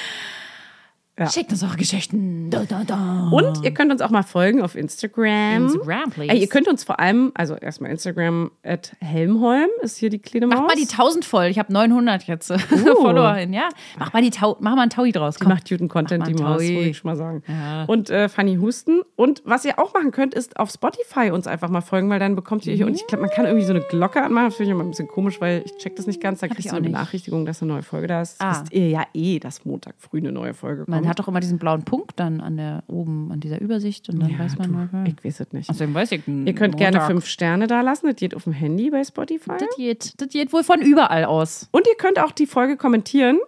B: Ja.
A: Schickt uns eure Geschichten. Da, da, da.
B: Und ihr könnt uns auch mal folgen auf Instagram.
A: Ah. Instagram, please.
B: Hm? Ey, ihr könnt uns vor allem, also erstmal Instagram at Helmholm ist hier die kleine Maus.
A: Mach mal die 1000 voll. Ich habe 900 jetzt Followerin, ja? Mach mal, die Tau mach mal einen Taui draus.
B: Uh. Die
A: Komm.
B: macht guten Content,
A: Ach,
B: die
A: Mann,
B: Maus,
A: Taui.
B: wollte ich schon mal sagen.
A: Ja.
B: Und äh, Fanny Husten. Und was ihr auch machen könnt, ist auf Spotify uns einfach mal folgen, weil dann bekommt ihr hier. Und ich glaube, man kann irgendwie so eine Glocke anmachen. Das finde ich immer ein bisschen komisch, weil ich check das nicht ganz. Da
A: ich
B: kriegst
A: auch
B: du eine
A: nicht.
B: Benachrichtigung, dass eine neue Folge da ist.
A: Ah.
B: Das wisst ihr ja eh, dass Montag früh eine neue Folge
A: Man
B: kommt.
A: hat doch immer diesen blauen Punkt dann an der oben an dieser Übersicht und dann weiß
B: du,
A: man mal. hm. Also
B: Ich weiß es nicht.
A: Außerdem weiß ich.
B: ihr könnt gerne fünf Sterne da lassen. Das geht auf dem Handy bei Spotify.
A: Das geht, das geht wohl von überall aus.
B: Und ihr könnt auch die Folge kommentieren.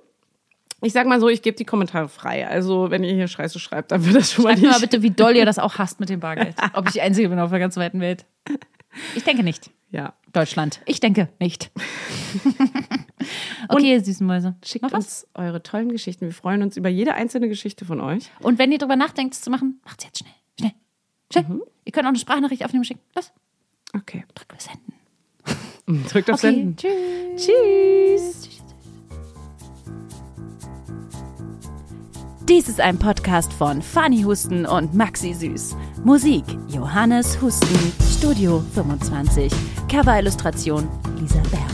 B: Ich sag mal so, ich gebe die Kommentare frei. Also, wenn ihr hier Scheiße schreibt, dann wird das schon mal
A: Sag
B: nicht.
A: mir mal bitte, wie doll ihr das auch hasst mit dem Bargeld. Ob ich die Einzige bin auf der ganzen weiten Welt. Ich denke nicht.
B: Ja.
A: Deutschland. Ich denke nicht. okay, ihr süßen Mäuse.
B: Schickt
A: Macht was.
B: uns eure tollen Geschichten. Wir freuen uns über jede einzelne Geschichte von euch.
A: Und wenn ihr drüber nachdenkt, es zu machen, macht's jetzt schnell. Schnell. Schnell.
B: Mhm.
A: Ihr könnt auch eine Sprachnachricht aufnehmen und schicken. Los,
B: Okay.
A: drückt auf Senden.
B: Drückt auf
A: Okay,
B: Senden.
A: tschüss.
B: Tschüss.
A: Dies ist ein Podcast von Fanny Husten und Maxi Süß. Musik Johannes Husten, Studio 25. Cover-Illustration Lisa Berg.